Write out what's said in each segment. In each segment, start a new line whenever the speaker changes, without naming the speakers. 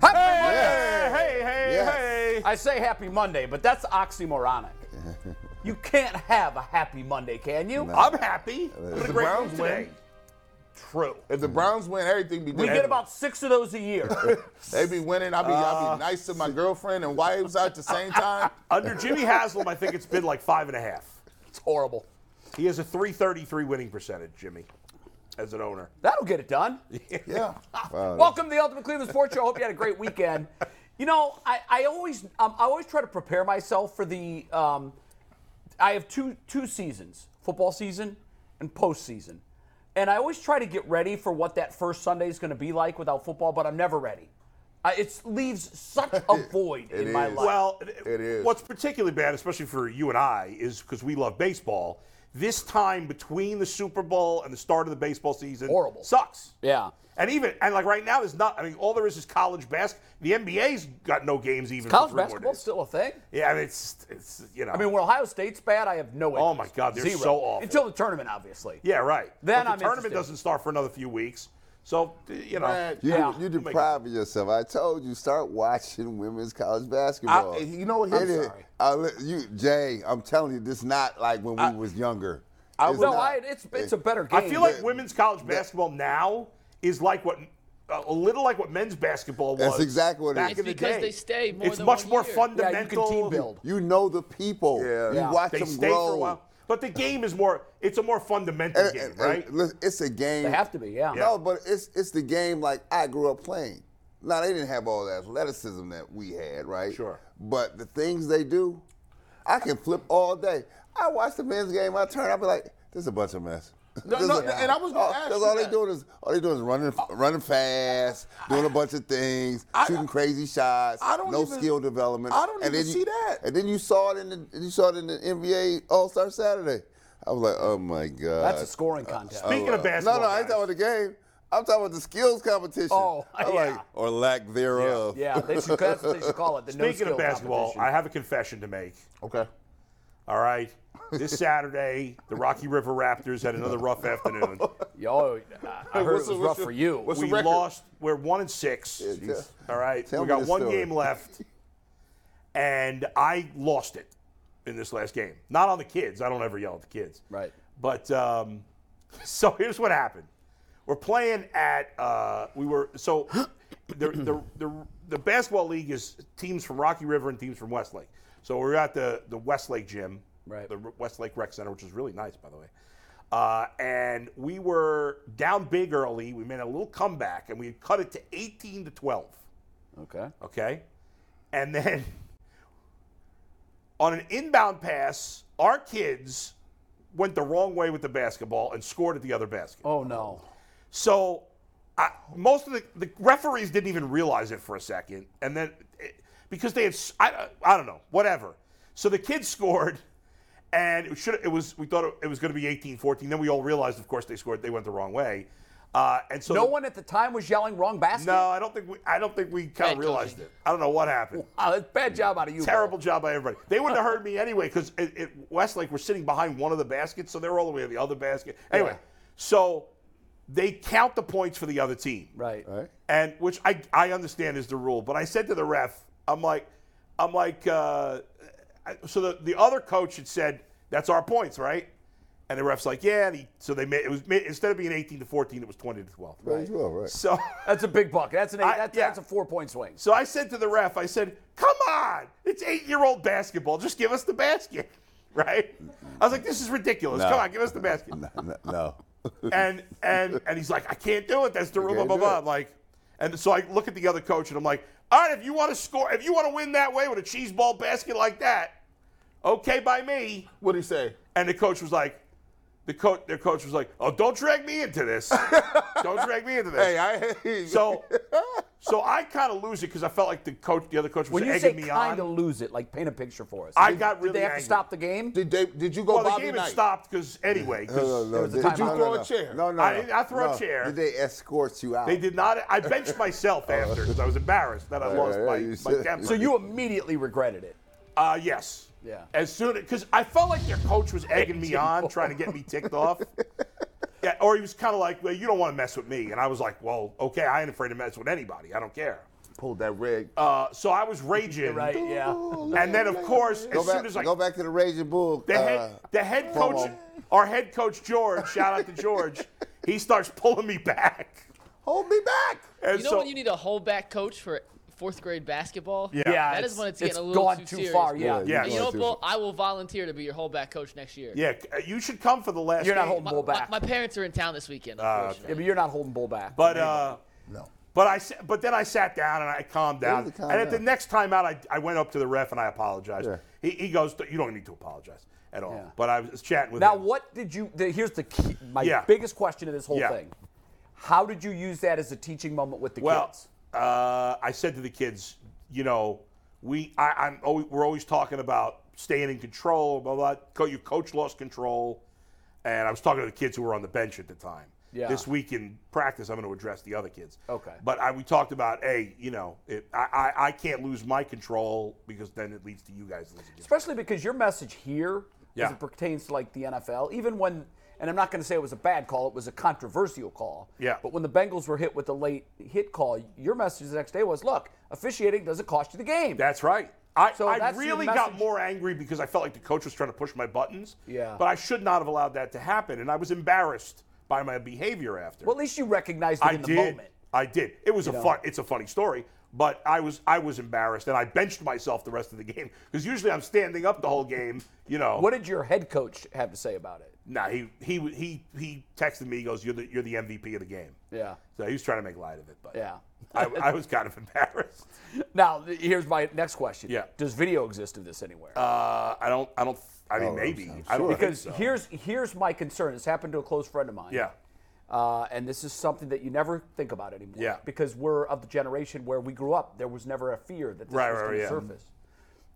Hey, hey, hey,
Yes.
hey.
I say happy Monday, but that's oxymoronic. you can't have a happy Monday, can you?
I'm happy.
If
What a
the
great
Browns
win today. True.
If the Browns win, everything be
We
good.
get about six of those a year.
They be winning. I be, I be nice to my girlfriend and wives at the same time.
Under Jimmy Haslam, I think it's been like five and a half.
it's horrible.
He has a 333 winning percentage, Jimmy, as an owner.
That'll get it done.
Yeah. Wow.
Welcome to the Ultimate Cleveland Sports Show. Hope you had a great weekend. You know, I, I always um, I always try to prepare myself for the. Um, I have two two seasons: football season and postseason, and I always try to get ready for what that first Sunday is going to be like without football. But I'm never ready. I, it leaves such a void in
It
my
is.
life.
Well,
It is.
What's particularly bad, especially for you and I, is because we love baseball. This time between the Super Bowl and the start of the baseball season,
Horrible.
sucks.
yeah.
And even and like right now, there's not. I mean, all there is is college basketball. The NBA's got no games even.
College
for three more
basketball's
days.
still a thing.
Yeah, I mean, it's it's you know.
I mean, when Ohio State's bad, I have no.
Oh,
interest.
my God, they're
Zero.
so awful.
Until the tournament, obviously.
yeah, right.
Then
But the
I'm
tournament
interested.
doesn't start for another few weeks, so you know.
Man,
You,
Yeah.
you depriving yourself. I told you, start watching women's college basketball.
I- you know what? I'm
It is-
sorry.
I li- you, Jay, I'm telling you, this not like when we was younger. It's
No,
not.
I, it's it's a better game.
I feel like women's college basketball now is like what a little like what men's basketball was.
That's exactly what it
back
is.
in the
It's because
day.
they stay more
It's
than
much
one
more
year.
yeah, you
fundamental.
can team build.
you know the people.
Yeah.
You
Yeah.
watch
They
them
stay
grow.
for a while, but the game is more. It's a more fundamental
And-
game,
and-
right?
and listen, it's a game.
They have to be, yeah.
No, but it's it's the game like I grew up playing. Now they didn't have all the athleticism that we had, right?
Sure.
But the things they do, I can flip all day. I watch the men's game. I turn. I be like, this is a bunch of mess.
No,
This
no,
is-
and I was gonna
Oh,
ask
'cause
you
all
that.
they doing is all they doing is running, running fast, doing a bunch of things, shooting crazy shots.
I don't
no
even-
skill development.
I don't even
then you,
see that.
And then you saw it in the you saw it in the NBA All Star Saturday. I was like, oh my god.
Uh,
That's a scoring contest.
Speaking of basketball,
No, no, I ain't
guys,
talking about the game. I'm talking about the skills competition.
Oh,
I'm
yeah.
like, or lack
Uh,
thereof.
yeah, they should, that's what they should call it. The
speaking
no
of baskball, I have a confession to make.
Okay.
All right, this Saturday, the Rocky River Raptors had another rough afternoon.
Yo, I heard it was
What's the-
rough
what's the-
for you.
what's
we
the record?
lost. We're one and six.
Jeez.
All right,
Tell
we
me
got
the
one
story.
game left, and I lost it in this last game. Not on the kids. I don't ever yell at the kids.
Right.
But um, so here's what happened. We're playing at uh, we were so the, the the the basketball league is teams from Rocky River and teams from Westlake. So we're at the the Westlake gym,
Right.
The Westlake Rec Center, which is really nice, by the way. Uh, and we were down big early. We made a little comeback, and we had cut it to 18 to 12
Okay.
okay? And then on an inbound pass, our kids went the wrong way with the basketball and scored at the other basket.
Oh no.
So I, most of the, the referees didn't even realize it for a second, and then it, because they had s- I, I don't know whatever. So the kids scored, and it should it was we thought it, it was going to be 18-14. Then we all realized, of course, they scored. They went the wrong way, uh, and so
No
the-
one at the time was yelling wrong basket.
No, I don't think we. I don't think we kind
Bad
of realized
coaching.
it. I don't know what happened.
Wow, that's Oh, bad job out of you. Bo.
Terrible job by everybody. They wouldn't have heard me anyway because it, it, Westlake were sitting behind one of the baskets, so they're all the way to the other basket. Anyway,
Yeah.
so they count the points for the other team,
Right.
Right?
and which I I understand is the rule. But I said to the ref, I'm like, I'm like, uh, I- so the the other coach had said that's our points, right? And the ref's like, yeah. And he, so they made it was made, instead of being 18 to 14, it was 20 to 12.
Right. Well, right.
So.
That's a big bucket. That's an eight,
I-
that's,
yeah.
that's a four point swing.
So I said to the ref, I said, come on, it's eight year old basketball. Just give us the basket, right? I was like, this is ridiculous.
No.
Come on, give us the basket.
No, no, no.
And, and, and he's like, I can't do it. That's the rule, blah,
can't
blah,
do
blah.
it.
I'm like, and so I look at the other coach and I'm like, all right, if you want to score, if you want to win that way with a cheese ball basket like that, okay by me.
What do he say?
And the coach was like, the coach, their coach was like, oh, don't drag me into this. don't drag me into this.
Hey, I.
So So I kind of lose it because I felt like the coach, the other coach, was
When you say
egging me on.
kind of lose it, like paint a picture for us.
I
Did-
got
Did
really
they have
angry.
to stop the game?
Did they? Did you go
well, the
Bobby
game
Knight?
had stopped because anyway, 'cause
Oh, No, no, no.
was a
Did
timeout.
you
No,
throw
no.
a chair? No, no.
I-
no.
I threw a
No.
chair.
Did they escort you out?
they did not. I benched myself after because I was embarrassed that I
Right,
lost
right, right, you
my, my
said-
temper.
So you immediately regretted it.
Uh, yes.
Yeah.
As soon because I felt like their coach was egging me on, trying to get me ticked off. Yeah, or he was kind of like, "Well, you don't want to mess with me," and I was like, "Well, okay, I ain't afraid to mess with anybody. I don't care."
Pulled that red.
Uh, so I was raging,
Right, yeah.
and then of course,
Go
as
back,
soon as I
go back to the Raging Bull.
the head,
uh,
the head
promo.
coach, our head coach George, shout out to George, he starts pulling me back.
Hold me back.
And
You know
so,
when you need a whole back coach for fourth grade basketball?
Yeah. Yeah,
that is
it's-
when it's getting
it's
a little
gone
too,
too
serious.
far, yeah.
Yeah.
And
Gone
you know,
too
Bull, I will volunteer to be your whole back coach next year.
yeah, you should come for the last.
You're not
game.
holding
My,
Bull
my-
back.
my parents are in town this weekend.
Yeah,
Unfortunately.
but you're not holding Bull back.
But uh,
No.
But I sa- but then I sat down and I calmed down.
was a calm
and at the
down.
next time out, I, I went up to the ref and I apologized.
Yeah.
He, he goes, you don't need to apologize at all.
Yeah.
But I was chatting with
now,
him.
what did you? The, here's the key, my
Yeah.
biggest question of this whole
Yeah.
thing. How did you use that as a teaching moment with the
Well,
kids?
uh, I said to the kids, you know, we I, I'm always, we're always talking about staying in control. Blah blah. Co- Your coach lost control, and I was talking to the kids who were on the bench at the time.
Yeah.
This week in practice, I'm going to address the other kids.
Okay.
But I, we talked about, hey, you know, it, I, I I can't lose my control because then it leads to you guys losing. Your
Especially because your message here,
Yeah.
as it pertains to like the NFL, even when, and I'm not going to say it was a bad call, it was a controversial call.
Yeah.
But when the Bengals were hit with the late hit call, your message the next day was, look, officiating doesn't cost you the game.
That's right. I,
So
I
that's your
really got
message-
more angry because I felt like the coach was trying to push my buttons.
Yeah.
But I should not have allowed that to happen, and I was embarrassed by my behavior after.
well, at least you recognized it
I
in the
did.
moment.
I did. It was a fun. It's a funny story, but I was I was embarrassed, and I benched myself the rest of the game because usually I'm standing up the whole game. You know.
What did your head coach have to say about it?
Nah. He he he he texted me. He goes, "You're the you're the MVP of the game."
Yeah.
So he was trying to make light of it, but
Yeah.
I, I was kind of embarrassed.
Now, th- here's my next question.
Yeah.
Does video exist of this anywhere?
Uh, I don't. I don't. I
Oh,
mean,
I'm-
maybe.
I'm
I don't think
because
so.
here's here's my concern. This happened to a close friend of mine.
Yeah.
Uh, and this is something that you never think about anymore.
Yeah.
Because we're of the generation where we grew up. There was never a fear that this
Right,
was
right,
going
yeah.
to surface.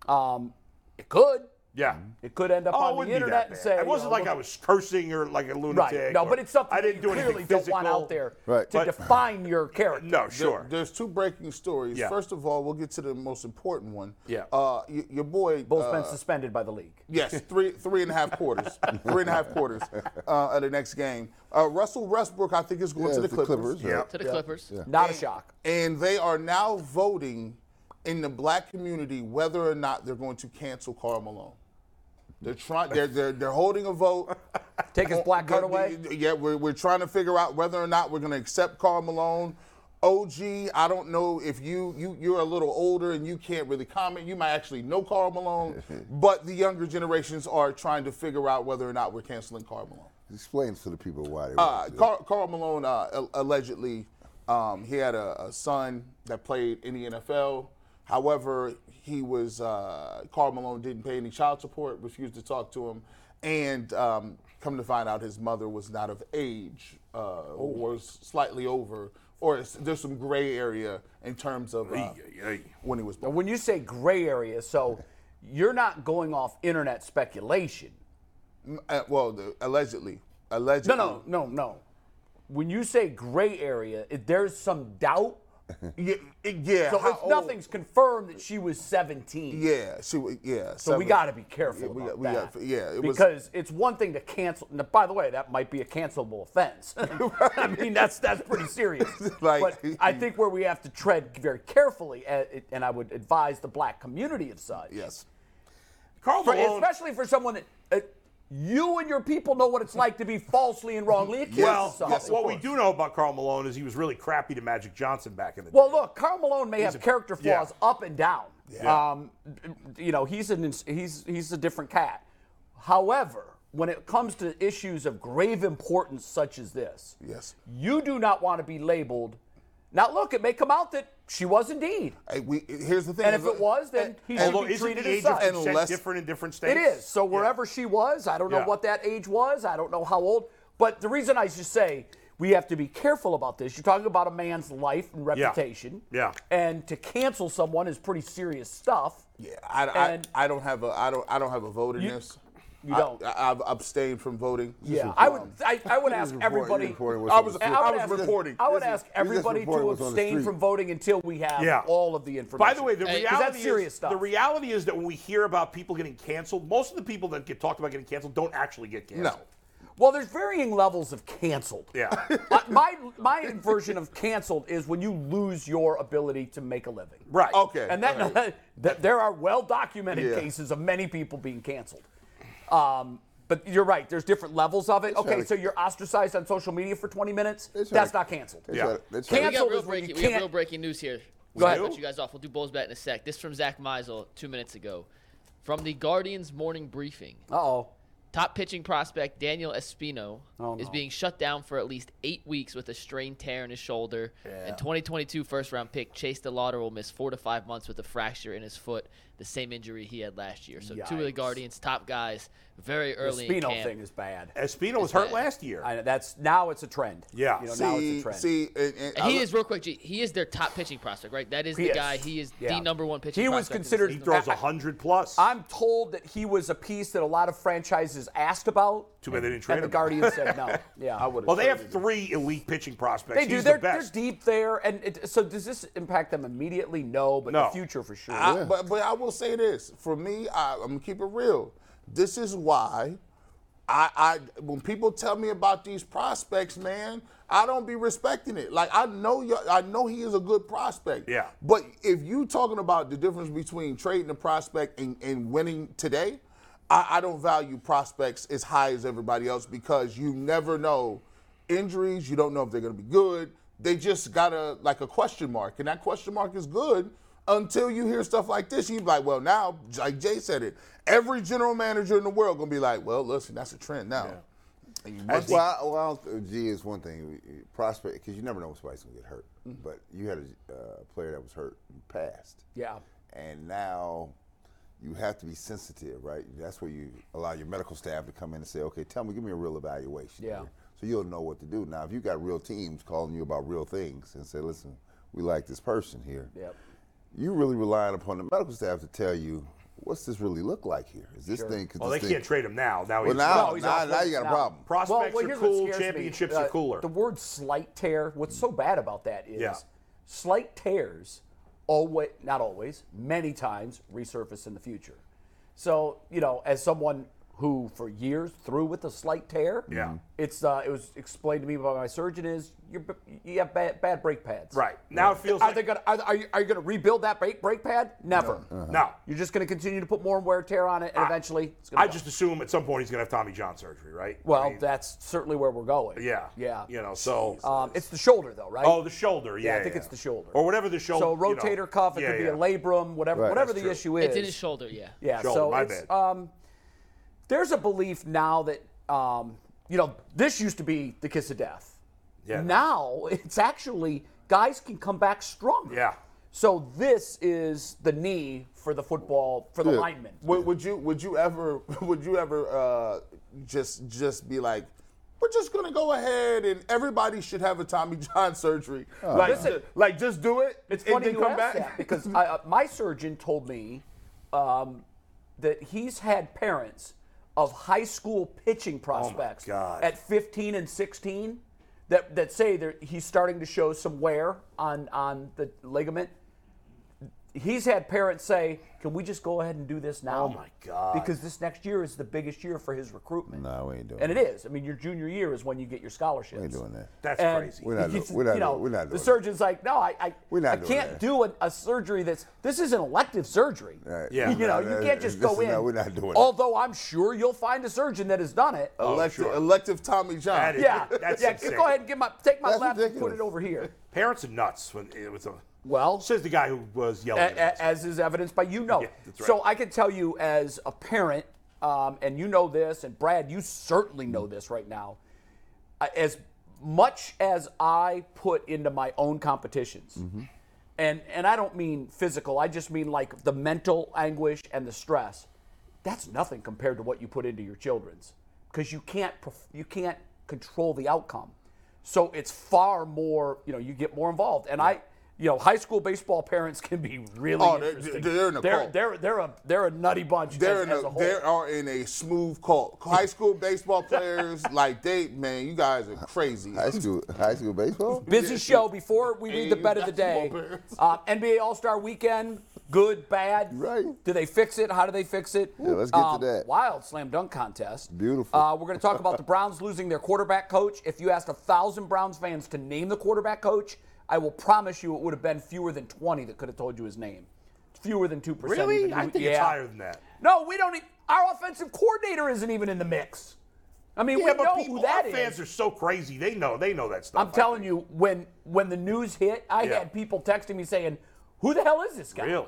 Um, it could.
Yeah.
It could end up
Oh, it
on the
wouldn't be
internet
that
and
bad.
say
it wasn't
you know,
like
look-
I was cursing or like a lunatic.
right. No,
or-
but it's something
I didn't
that
do
you clearly
anything
don't want
physical.
out there
Right.
to
But-
define your character.
No, sure.
There's two breaking stories.
Yeah.
First of all, we'll get to the most important one.
Yeah.
Uh, y- your boy.
Bull's
uh,
been suspended by the league.
Yes, three three and a half quarters, three and a half quarters uh, of the next game. Uh, Russell Westbrook, I think, is going
Yeah,
to the
it's the
Clippers,
Clippers.
Yeah.
right?
To the Clippers.
Not a shock.
and they are now voting in the black community whether or not they're going to cancel Carl Malone. They're trying. They're, they're they're holding a vote.
Take his black card away.
Yeah, we're, we're trying to figure out whether or not we're going to accept Carl Malone. OG, I don't know if you you you're a little older and you can't really comment. You might actually know Carl Malone, but the younger generations are trying to figure out whether or not we're canceling Carl Malone.
Explain to the people why they
Uh,
want to.
Carl, Carl Malone uh, al- allegedly um, he had a, a son that played in the NFL. However, he was uh, Carl Malone didn't pay any child support, refused to talk to him, and um, come to find out, his mother was not of age uh,
Oh.
or was slightly over, or it's, there's some gray area in terms of uh, when he was born.
When you say gray area, so you're not going off internet speculation.
Uh, well, the, allegedly, allegedly.
No, no, no, no. When you say gray area, if there's some doubt.
Yeah, yeah.
So
how
if
old-
nothing's confirmed that she was 17,
Yeah, she. wa- Yeah.
so we got to be careful
we
about
got- we got-
that.
yeah, it was-
because it's one thing to cancel. Now, by the way, that might be a cancelable offense. I mean, that's that's pretty serious.
Like-
but I think where we have to tread very carefully, uh, it- and I would advise the black community of such,
Yes.
Carl
for-
Malone.
especially for someone that. Uh, you and your people know what it's like to be falsely and wrongly accused of
Well,
something.
yes, of
what we
course.
do know about Carl Malone is he was really crappy to Magic Johnson back in the
Well,
day.
look, Carl Malone may have
a-
character
yeah.
flaws up and down.
Yeah.
Um, you know, he's an ins- he's he's a different cat. However, when it comes to issues of grave importance such as this,
Yes.
you do not want to be labeled. Now, look, it may come out that she was indeed.
Hey, we, here's the thing.
And if it was, then he should
although
be
isn't
treated
the
as
age of
such.
consent
Unless-
different in different states?
It is. So
Yeah.
wherever she was, I don't know
Yeah.
what that age was. I don't know how old. But the reason I just say we have to be careful about this. You're talking about a man's life and reputation.
Yeah.
And to cancel someone is pretty serious stuff.
Yeah, I, I,
And-
I don't have a I don't I don't have a vote in this.
You don't.
I, I, I've abstained from voting.
Yeah, I would. I, I would ask everybody.
I was-
I would
was
ask-
reporting.
I would
This is-
ask
you're just
everybody
reporting
to
what's on the
abstain
street.
from voting until we have
Yeah.
all of the information.
By the way, the
Hey, 'cause
reality
that's serious
is,
stuff.
the reality is that when we hear about people getting canceled, most of the people that get talked about getting canceled don't actually get canceled.
No.
Well, there's varying levels of canceled.
Yeah.
Uh, my my version of canceled is when you lose your ability to make a living.
right.
Okay.
And that,
all right.
that there are well documented
Yeah.
cases of many people being canceled. Um, but you're right. There's different levels of it. Okay,
to-
so you're ostracized on social media for 20 minutes.
They try
That's
to-
not canceled.
They
Yeah.
try to- they try to-
We
Cancel
got,
is when you
real breaking, we got
can't-
real breaking news here.
Go ahead.
I'll cut you guys off. We'll do Bulls bet in a sec. This from Zach Meisel two minutes ago. From the Guardians morning briefing,
Uh oh.
top pitching prospect Daniel Espino
Oh,
is
no.
being shut down for at least eight weeks with a strained tear in his shoulder. And 2022 first round pick Chase DeLauder will miss four to five months with a fracture in his foot, the same injury he had last year. So two of the
Yikes.
Guardians' top guys very
The
early in
Spino
camp.
thing is bad.
Espino was hurt
bad.
last year.
I, that's now it's a trend.
Yeah.
You know, now it's a
See,
trend.
see, and, and
And
I
he
look-
is real quick. G, he is their top pitching prospect, right? That is the
Yes.
guy. He is
Yeah.
the number one pitching.
He was
prospect in the
considered-
he
system.
throws 100 plus.
I'm told that he was a piece that a lot of franchises asked about.
Too bad they didn't trade
And the
him.
Guardians said no. Yeah. I would
well, they have three elite pitching prospects.
They do.
He's
They're,
the
they're
best.
deep there. And it, so does this impact them immediately? No, but
No.
the future for sure.
I- but but I will say this for me, I, I'm gonna keep it real. This is why I, I when people tell me about these prospects, man, I don't be respecting it. Like I know you I know he is a good prospect.
Yeah.
But if you talking about the difference between trading a prospect and, and winning today, I, I don't value prospects as high as everybody else because you never know injuries. You don't know if they're going to be good. They just got a like a question mark, and that question mark is good until you hear stuff like this. You're like, well, now like Jay said it. Every general manager in the world gonna be like, well, listen, that's a trend now. And you must-
Well, I, well, I don't- G is one thing. Prospect, because you never know when somebody's gonna get hurt. But you had a uh, player that was hurt and passed.
Mm-hmm. yeah.
and now you have to be sensitive, right? That's where you allow your medical staff to come in and say, okay, tell me, give me a real evaluation.
Yeah.
So you'll know what to do. Now, if you got real teams calling you about real things and say, listen, we like this person here,
Yep.
you really relying upon the medical staff to tell you, what's this really look like here? Is this thing? Could
Well, they
this
can't
thing,
trade him now. Now
Well,
he's
now,
No, he's
now,
off
now you got a
now.
problem.
prospects
well,
are
here's what
cool.
scares me.
Championships
Uh,
are cooler.
The word slight tear, what's so bad about that is
Yeah.
slight tears always not always, many times resurface in the future. So, you know, as someone who for years threw with a slight tear,
Yeah.
it's uh, it was explained to me by my surgeon is you're, b- you have bad, bad brake pads.
right now, it feels
Are
like
they gonna are, are you are you gonna rebuld that brake brake pad? Never.
no. Uh-huh.
You're just gonna continue to put more wear and tear on it, and eventually it's gonna
I
go.
just assume at some point he's going to have Tommy John surgery, right? I
well,
mean,
that's certainly where we're going.
yeah,
yeah.
You know, so uh,
Um, it's the shoulder, though, right?
oh, the shoulder. Yeah,
I think
yeah.
it's the shoulder.
or whatever the shoulder.
so
you know.
rotator cuff. It
Yeah,
could be
yeah.
a labrum, whatever,
Right.
whatever
That's
the
true.
issue is.
It's in his shoulder, yeah.
Yeah.
Shoulder,
so
my
it's,
bad.
um, there's a belief now that um, you know this used to be the kiss of death.
Yeah.
Now it's actually guys can come back stronger.
Yeah.
So this is the knee for the football for the lineman.
Would, would you would you ever would you ever uh, just just be like, we're just gonna go ahead and everybody should have a Tommy John surgery? like,
Listen.
ju- like just do it.
It's
and
funny
then
you ask
come back.
that because I, uh, my surgeon told me um, that he's had parents of high school pitching prospects
God.
at 15 and 16 that that say that he's starting to show some wear on on the ligament. He's had parents say, "Can we just go ahead and do this now?" Oh my
God.
Because this next year is the biggest year for his recruitment.
No, we ain't doing
And it
that.
is. I mean, your junior year is when you get your scholarships.
We ain't doing that.
That's
And
crazy.
We're not
he's-
doing- we're not
you know,
doing- we're not
The
doing
surgeon's like, no, I, I,
We're not
I
doing
can't
that.
do a, a surgery that's this isn't elective surgery.
Right.
Yeah.
you know,
No,
you
no,
can't just
this
go
is
in.
not- we're not doing that.
Although I'm sure you'll find a surgeon that has done it.
elective,
sure.
elective Tommy John.
That is-
yeah,
Oh, That's
yeah.
insane.
Go ahead and get my take my
That's
lap and put
ridiculous.
it over here.
Parents are nuts when it was a.
Well, Eh,
Says the guy who was yelling.
a-
at
a- as is evidenced by you know.
Yeah, that's right.
So I can tell you as a parent, um, and you know this, and Brad, you certainly know this right now. I- As much as I put into my own competitions,
Mm-hmm.
and and I don't mean physical, I just mean like the mental anguish and the stress. That's nothing compared to what you put into your children's, because you can't perf- you can't control the outcome. So it's far more, you know, you get more involved. And I, you know, high school baseball parents can be really
Oh, they're-
interesting.
they're in a
they're,
cult.
they're they're a they're a nutty bunch
They're
as,
in
as
a,
a whole.
they are in a smooth cult. High school baseball players, like they, man, you guys are crazy.
High school, high school baseball.
Busy show before we read the bet of the day.
Basketball parents.
Uh, NBA All Star Weekend, good, bad.
Right.
Do they fix it? How do they fix it? Uh,
Yeah, let's get to that.
Wild slam dunk contest.
Beautiful.
Uh, we're going to talk about the Browns losing their quarterback coach. If you asked a thousand Browns fans to name the quarterback coach, I will promise you it would have been fewer than 20 that could have told you his name. Fewer than 2%. even
Really?
knew-
I think it's
yeah.
higher than that.
No, we don't. E- our offensive coordinator isn't even in the mix. I mean,
Yeah,
we
but
know
people,
who that
our
is.
fans are so crazy. They know. They know that stuff.
I'm telling you, when when the news hit, I
Yeah.
had people texting me saying, "Who the hell is this guy?"
Really?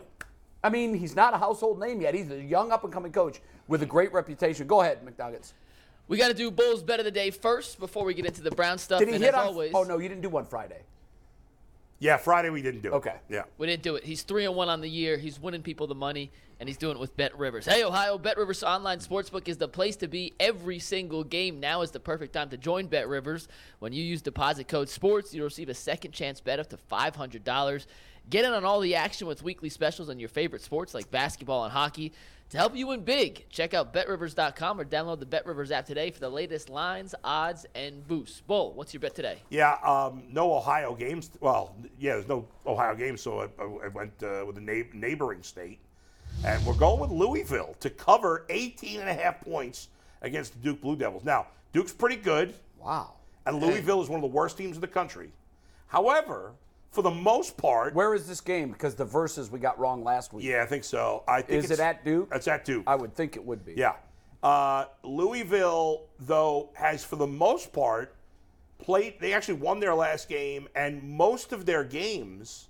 I mean, he's not a household name yet. He's a young up and coming coach with a great reputation. Go ahead, McNuggets.
We got to do Bulls bet of the day first before we get into the Brown stuff.
Did he
and
hit
as
on?
always,
Oh no, you didn't do one Friday.
Yeah, Friday we didn't do it.
Okay.
Yeah.
We didn't do it. He's three and one on the year. He's winning people the money, and he's doing it with Bet Rivers. Hey, Ohio, Bet Rivers online sportsbook is the place to be every single game. Now is the perfect time to join Bet Rivers. When you use deposit code SPORTS, you'll receive a second chance bet up to five hundred dollars. Get in on all the action with weekly specials on your favorite sports like basketball and hockey. To help you win big, check out BetRivers.com or download the Bet Rivers app today for the latest lines, odds, and boosts. Bull, what's your bet today?
Yeah, um, no Ohio games. Well, yeah, there's no Ohio games, so I, I- I went uh, with a neigh- neighboring state. And we're going with Louisville to cover 18 and a half points against the Duke Blue Devils. Now, Duke's pretty good,
Wow.
and Louisville is one of the worst teams in the country. However, for the most part,
Where is this game? Because the verses we got wrong last week.
yeah, I think so. I think
Is
it's-
it at Duke?
It's at Duke.
I would think it would be.
Yeah. Uh, Louisville, though, has for the most part played, they actually won their last game, and most of their games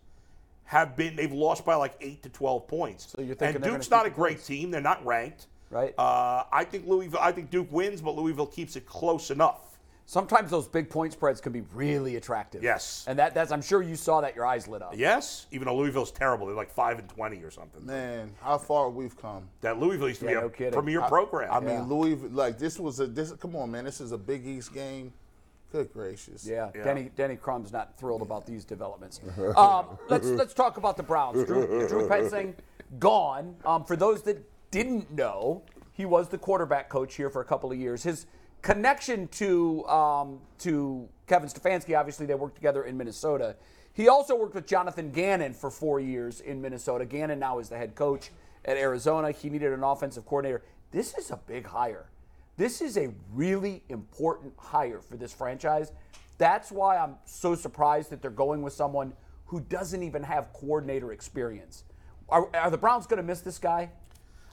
have been, they've lost by like 8 to 12 points.
So you're thinking
and
they're
Duke's
gonna
not a
keep the
great team. They're not ranked.
Right.
Uh, I think Louisville, I think Duke wins, but Louisville keeps it close enough.
Sometimes those big point spreads can be really attractive.
Yes.
And that, that's I'm sure you saw that your eyes lit up.
Yes, even though Louisville's terrible. They're like 5 and 20 or something.
Man, how far we've come.
That Louisville used to
Yeah,
be
no
a
kidding.
premier program.
I mean, Louis, like this was a this. Come on, man, this is a Big East game. Good gracious.
Yeah,
Yeah.
Denny Denny Crum's not thrilled about these developments. Um, let's let's talk about the Browns. Drew, Drew Pensing gone. Um, for those that didn't know, he was the quarterback coach here for a couple of years. His connection to um, to Kevin Stefanski, obviously, they worked together in Minnesota. He also worked with Jonathan Gannon for four years in Minnesota. Gannon now is the head coach at Arizona. He needed an offensive coordinator. This is a big hire. This is a really important hire for this franchise. That's why I'm so surprised that they're going with someone who doesn't even have coordinator experience. Are, are the Browns going to miss this guy?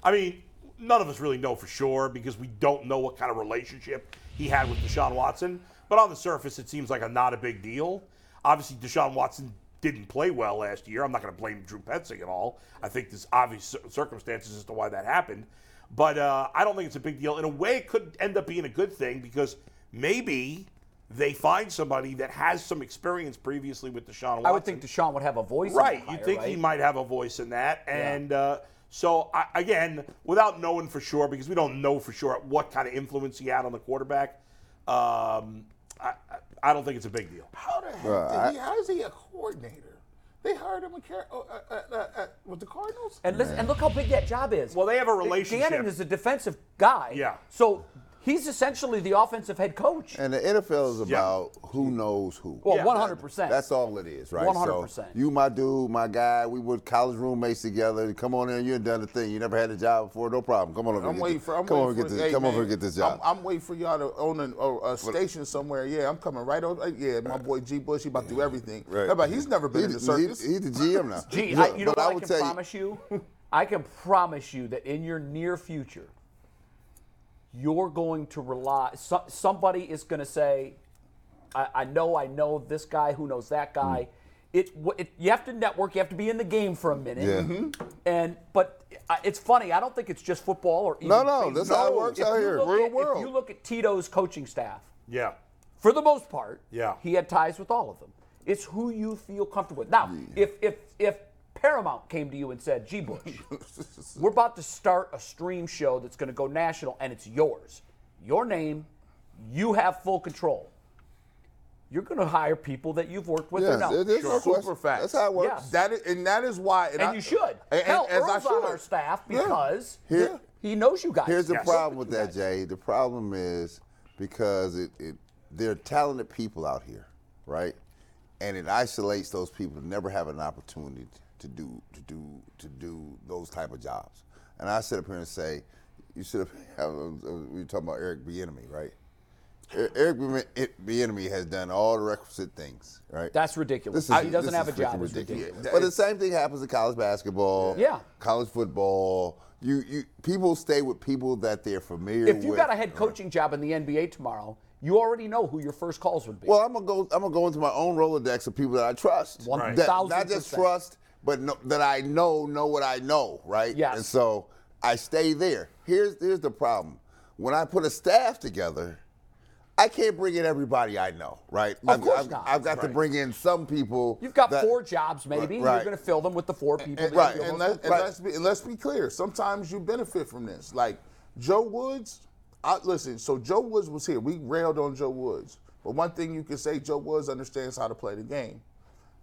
I mean, none of us really know for sure because we don't know what kind of relationship he had with Deshaun Watson. But on the surface, it seems like a not a big deal. Obviously, Deshaun Watson didn't play well last year. I'm not going to blame Drew Petzing at all. I think there's obvious cir- circumstances as to why that happened. But uh, I don't think it's a big deal. In a way, it could end up being a good thing because maybe they find somebody that has some experience previously with Deshaun Watson.
I would think Deshaun would have a voice. in that
Right. You
hire,
think he
right?
might have a voice in that. And uh, so, I, again, without knowing for sure, because we don't know for sure what kind of influence he had on the quarterback, um, I, I- I don't think it's a big deal.
How the hell?
Well,
did
I-
he, how is he a coordinator? They hired him a car- uh, uh, uh, uh, with the Cardinals.
And listen, and look how big that job is.
Well, they have a
Gannon
relationship.
is a defensive guy.
Yeah.
So he's essentially the offensive head coach.
And the NFL is about who knows who.
Well,
Yeah.
100%.
That's all it is, right?
100%.
So you, my dude, my guy, we were college roommates together. Come on in, you ain't done the thing. You never had a job before, no problem. Come on over. and
I'm
get
waiting
this-
for. I'm
come
waiting
over, and
for,
get this,
hey,
come over, and
man,
get this job.
I'm, I'm waiting for y'all to own an, or a station somewhere. Yeah, I'm coming right over. Yeah, my boy G. Bush, he about to do everything.
Right.
But he's never been
He
in the
the-
circus.
He, he the GM now.
Gee, I,
Look,
you know
but
what I,
will
can
tell you-
promise you? I can promise you that in your near future, you're going to rely. So, somebody is going to say, I, "I know, I know this guy. Who knows that guy?"
Hmm.
It, w- it you have to network. You have to be in the game for a minute.
Yeah.
And but I- it's funny. I don't think it's just football or even
No, no,
baseball.
that's how it works
If
out
you
here.
look
Real
at-
world.
If you look at Tito's coaching staff,
Yeah.
for the most part,
Yeah.
he had ties with all of them. It's who you feel comfortable with. Now, if if if Paramount came to you and said, "Gee, Bush, we're about to start a stream show that's going to go national, and it's yours, your name, you have full control," you're going to hire people that you've worked with or
Yes,
not.
it is
Sure.
no question.
Super facts.
That's how it works.
Yes.
That is, and that is why. And,
And
I-
you should.
And, and
Hell,
as
Earl's
I
on
should.
our staff
Yeah.
because
Here-
he knows you guys.
Here's the
Yes.
problem with that, Jay. The problem is because it, it they're talented people out here, right? And it isolates those people to never have an opportunity to do to do to do those type of jobs. And I sit up here and say, you should have. have we were talking about Eric Bieniemy, right? E- Eric Bieniemy has done all the requisite things, right?
That's ridiculous.
This is-
he doesn't
this
have a
is
job.
freaking
It's ridiculous.
But the same thing happens in college basketball.
Yeah.
College football. You you people stay with people that they're familiar with.
If you got a head coaching job in the NBA tomorrow, you already know who your first calls would be.
Well, I'm gonna go. I'm gonna go into my own Rolodex of people that I trust.
One Right.
That,
thousand
not just
percent.
trust, but know, that I know know what I know, right?
Yes.
And so I stay there. Here's here's the problem. When I put a staff together, I can't bring in everybody I know, right? Of I've,
course
I've,
not.
I've got to bring in some people.
You've got
that-
four jobs, maybe. and You're
right.
going to fill them with the four people.
And,
that
Right,
you
and,
almost
let,
got.
and let's be, and let's be clear. Sometimes you benefit from this. Like Joe Woods, I, listen. So Joe Woods was here. We railed on Joe Woods, but one thing you can say, Joe Woods understands how to play the game.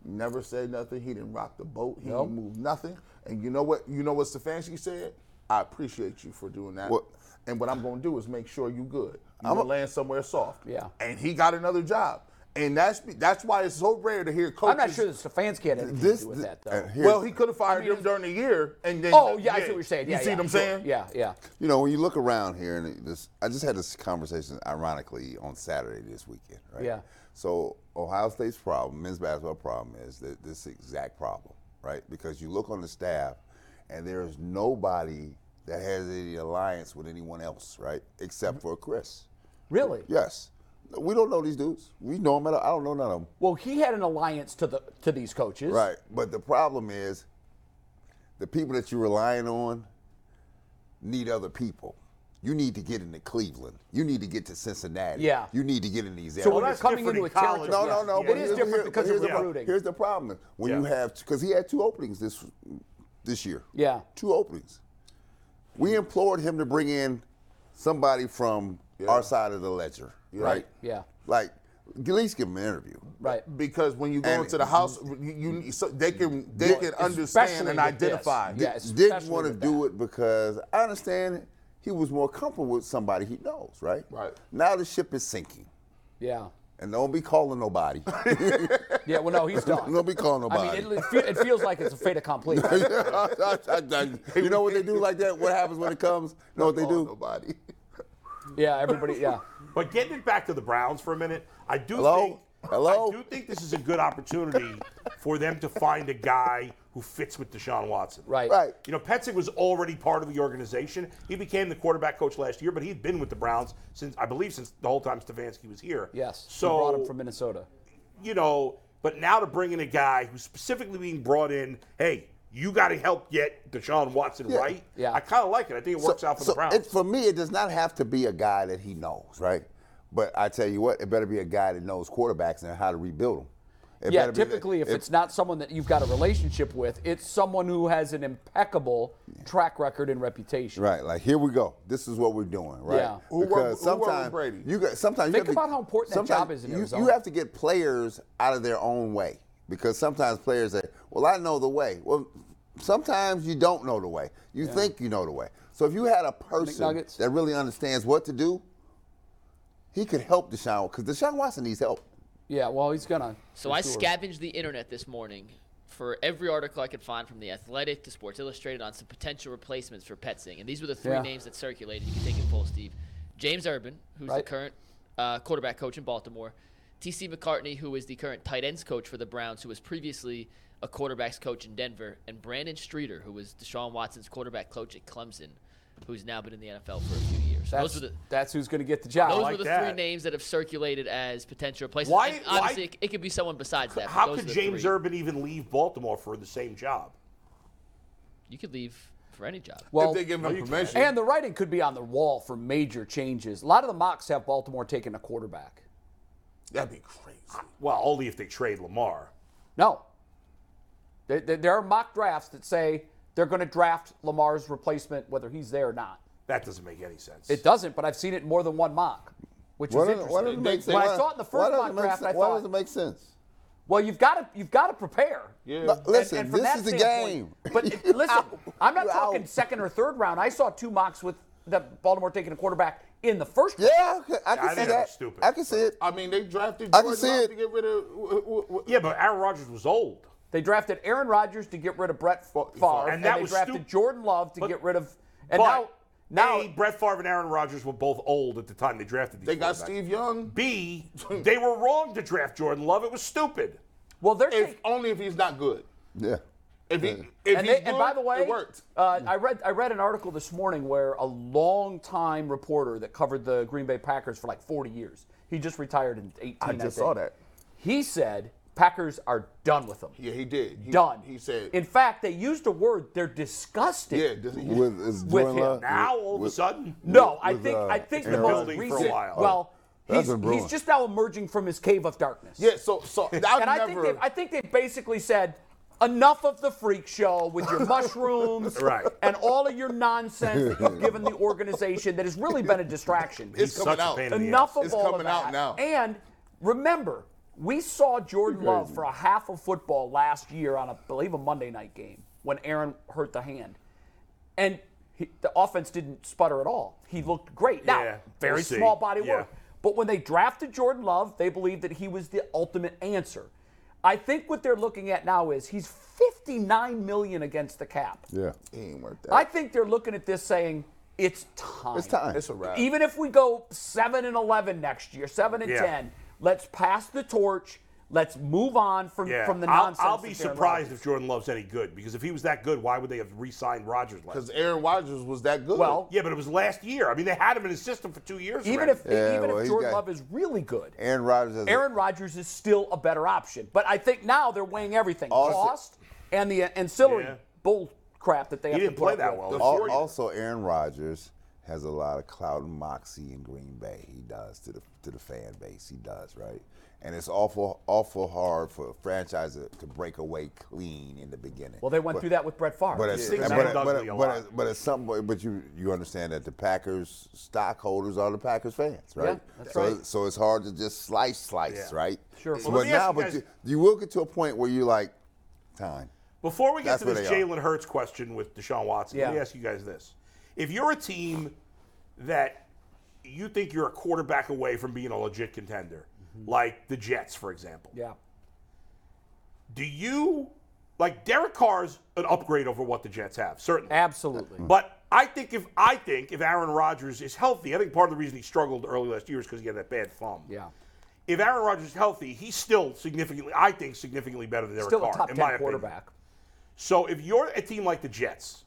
Never said nothing. He didn't rock the boat. He
Nope.
didn't move nothing. And you know what? You know what Stefanski said? I appreciate you for doing that.
What-
And what I'm going to do is make sure you good. I'm going to land somewhere soft.
Yeah.
And he got another job. And that's be- that's why it's so rare to hear coaches.
I'm not sure that Stefanski had anything
This-
to do with that, though.
and here-
Well, he could have fired them during the year, and then.
oh, yeah, I see what you're saying. Yeah,
you see
yeah,
what I'm
sure.
saying?
Yeah, yeah.
You know, when you look around here, and it this, I just had this conversation, ironically, on Saturday this weekend, right?
Yeah.
So Ohio State's problem, men's basketball problem, is that this exact problem, right? Because you look on the staff, and there is nobody that has any alliance with anyone else, right? Except for Chris.
Really?
Yes. We don't know these dudes. We know them. At all. I don't know none of them.
Well, he had an alliance to the to these coaches.
Right. But the problem is the people that you're relying on need other people. You need to get into Cleveland. You need to get to Cincinnati.
Yeah.
You need to get in these areas.
So we're not
that's
coming
different
into a
in college.
territory.
no,
Yeah.
no, no.
It
but
is
here's-
different
here-
because
here's
of
the pro-
recruiting.
Here's the problem. When you
Yeah.
have, because he had two openings this this year.
Yeah.
Two openings. We implored him to bring in somebody from our side of the ledger, right?
Yeah.
Like, at least give him an interview.
Right.
Because when you go
And-
into the house, you, you so they can they
Yeah,
can
especially
understand and
with
identify.
this. Yeah,
Di- didn't
especially
want to
with
do it because I understand he was more comfortable with somebody he knows, right?
Right.
Now the ship is sinking,
Yeah.
and don't be calling nobody.
Yeah. Well, no, he's done.
don't be calling nobody.
I mean, it, it, fe- it feels like it's a fait accompli.
I- I- I- you know what they do like that? What happens when it comes? You know what they do?
Oh, Nobody.
yeah. Everybody. Yeah.
But getting it back to the Browns for a minute, I do
Hello?
think
Hello?
I do think this is a good opportunity for them to find a guy who fits with Deshaun Watson.
Right.
Right.
You know, Petzig was already part of the organization. He became the quarterback coach last year, but he'd been with the Browns since I believe since the whole time Stefanski was here.
Yes.
So
he brought him from Minnesota.
you know, but now to bring in a guy who's specifically being brought in, hey, you got to help get Deshaun Watson right.
Yeah.
I kind of like it. I think it works out for the Browns.
It, for me, it does not have to be a guy that he knows, right? But I tell you what, it better be a guy that knows quarterbacks and how to rebuild them. It
yeah.
better be that-
Typically, if,
it-
it's not someone that you've got a relationship with, it's someone who has an impeccable track record and reputation.
Right, like here we go. This is what we're doing, right?
Yeah.
Who were-
Because
who were with
sometimes
Brady?
you got sometimes
Think
you have to-
about how important that
sometimes
job is in
you,
Arizona.
You have to get players out of their own way because sometimes players say, "Well, I know the way." Well, sometimes you don't know the way. You think you know the way. So if you had a person
McNuggets?
that really understands what to do, he could help Deshaun because Deshaun Watson needs help.
Yeah. Well, he's gonna.
So I scavenged the internet this morning for every article I could find from The Athletic to Sports Illustrated on some potential replacements for Petzing. And these were the three
Yeah.
names that circulated. You can take it full, Steve. James Urban, who's
Right.
the current uh, quarterback coach in Baltimore. T.C. McCartney, who is the current tight ends coach for the Browns, who was previously a quarterback's coach in Denver. And Brandon Streeter, who was Deshaun Watson's quarterback coach at Clemson, who's now been in the NFL for a few years. So
That's,
those were the...
that's who's gonna get the job.
Those
like
were the three
that.
names that have circulated as potential replacements.
Why-
And
why-
obviously, it, it could be someone besides that. but
How
those
could
are the
James
three.
Urban even leave Baltimore for the same job?
You could leave for any job.
well,
if they give him permission.
And the writing could be on the wall for major changes. A lot of the mocks have Baltimore taking a quarterback.
that'd be crazy.
Well, only if they trade Lamar.
No. There, there- there are mock drafts that say they're going to draft Lamar's replacement, whether he's there or not.
That doesn't make any sense.
It doesn't, but I've seen it in more than one mock. which
Why
is
doesn't- why
interesting.
doesn't it make
when
sense?
I saw it in the
Why
first
doesn't it
mock
make
draft,
sen-
I
Why does
thought,
it make sense?
well, you've got to you've got to prepare.
No, listen,
and from
this
that
is the game.
standpoint- But it- listen, I'm not
You're
talking
out.
second or third round. I saw two mocks with the Baltimore taking a quarterback in the first. round.
Yeah, okay, I can
I
see
think
that.
that's stupid.
I can see it.
I mean, they drafted
I can
Jordan
see
Love
it.
to get rid of. w- w- w-
Yeah, but Aaron Rodgers was old.
They drafted Aaron Rodgers to get rid of Brett Favre,
Favre.
and,
And that
they
was
drafted
stupid.
Jordan Love to
But-
get rid of. And
But
now, now
A, Brett Favre and Aaron Rodgers were both old at the time they drafted these
They got
quarterbacks.
Steve Young.
B, they were wrong to draft Jordan Love. It was stupid.
well, they're
If
taking.
only if he's not good.
Yeah.
If he, if
and,
he's
they,
good,
and by the way,
it worked.
Uh, I read I read an article this morning where a longtime reporter that covered the Green Bay Packers for like 40 years. He just retired in 18.
I just saw
think.
that.
He said Packers are done with them.
Yeah, he did. He,
done.
He said.
In fact, they used a word. They're disgusted.
yeah. This, he,
With, is
With
Jordan
him
Love-
Now, all of a sudden,
No, I
with,
think
uh,
I think the
Aaron
most
Rodgers.
recent.
For a while.
Well,
That's
he's,
been brewing.
he's just now emerging from his cave of darkness.
yeah. So so I've
and I think
never.
they've, I think they basically said enough of the freak show with your mushrooms
Right.
and all of your nonsense that you've given the organization that has really been a distraction.
it's coming
such a
out.
pain in the
enough
ass.
of
It's
all of
coming out
that.
now.
And remember, we saw Jordan Love for a half of football last year on a I believe a Monday night game when Aaron hurt the hand, and he, the offense didn't sputter at all. He looked great. Now,
Yeah,
very
we'll see.
small body
Yeah.
work. But when they drafted Jordan Love, they believed that he was the ultimate answer. I think what they're looking at now is he's 59 million against the cap.
Yeah.
He ain't worth that.
I think they're looking at this saying it's time.
It's time.
it's a wrap.
Even if we go seven and eleven next year, seven and
Yeah.
ten, let's pass the torch. Let's move on from
yeah,
from the
I'll,
nonsense.
I'll
that
be
they're
surprised
involved
if Jordan Love's any good because if he was that good, why would they have re-signed Rodgers? last
Because Aaron Rodgers was that good.
Well,
Yeah, but it was last year. I mean, they had him in his system for two years.
in. even
already.
if even
well,
if
he's
Jordan
got-
Love is really good,
Aaron Rodgers has a-
Aaron Rodgers is still a better option. But I think now they're weighing everything:
Also-
cost and the ancillary
Yeah.
bull crap that they have
he didn't
to put
play
up
that
with.
well.
The
last
Al-
year.
also, Aaron Rodgers has a lot of clout and moxie in Green Bay. He does to the to the fan base. He does right, and it's awful awful hard for a franchise to, to break away clean in the beginning.
Well, they went
But-
through that with Brett Favre.
But it's,
Yeah. Six
but, but,
Ugly a
but,
lot.
but, but at some point, but you you understand that the Packers stockholders are the Packers fans, right?
Yeah, that's
so,
right.
So it's hard to just slice, slice,
Yeah.
right?
Sure. Well,
But
let me ask
now,
you
but
guys-
you, you will get to a point where you're like, time.
Before we get
That's
to
where
this
they are.
Jalen Hurts question with Deshaun Watson, let me
Yeah.
ask you guys this. If you're a team that you think you're a quarterback away from being a legit contender, like the Jets, for example,
Mm-hmm. yeah.
do you, like Derek Carr's an upgrade over what the Jets have, certainly.
Absolutely.
But I think if I think if Aaron Rodgers is healthy, I think part of the reason he struggled early last year is because he had that bad thumb.
Yeah.
If Aaron Rodgers is healthy, he's still significantly, I think, significantly better than Derek
Still
Carr.
a top
in
10
my opinion.
quarterback.
So if you're a team like the Jets,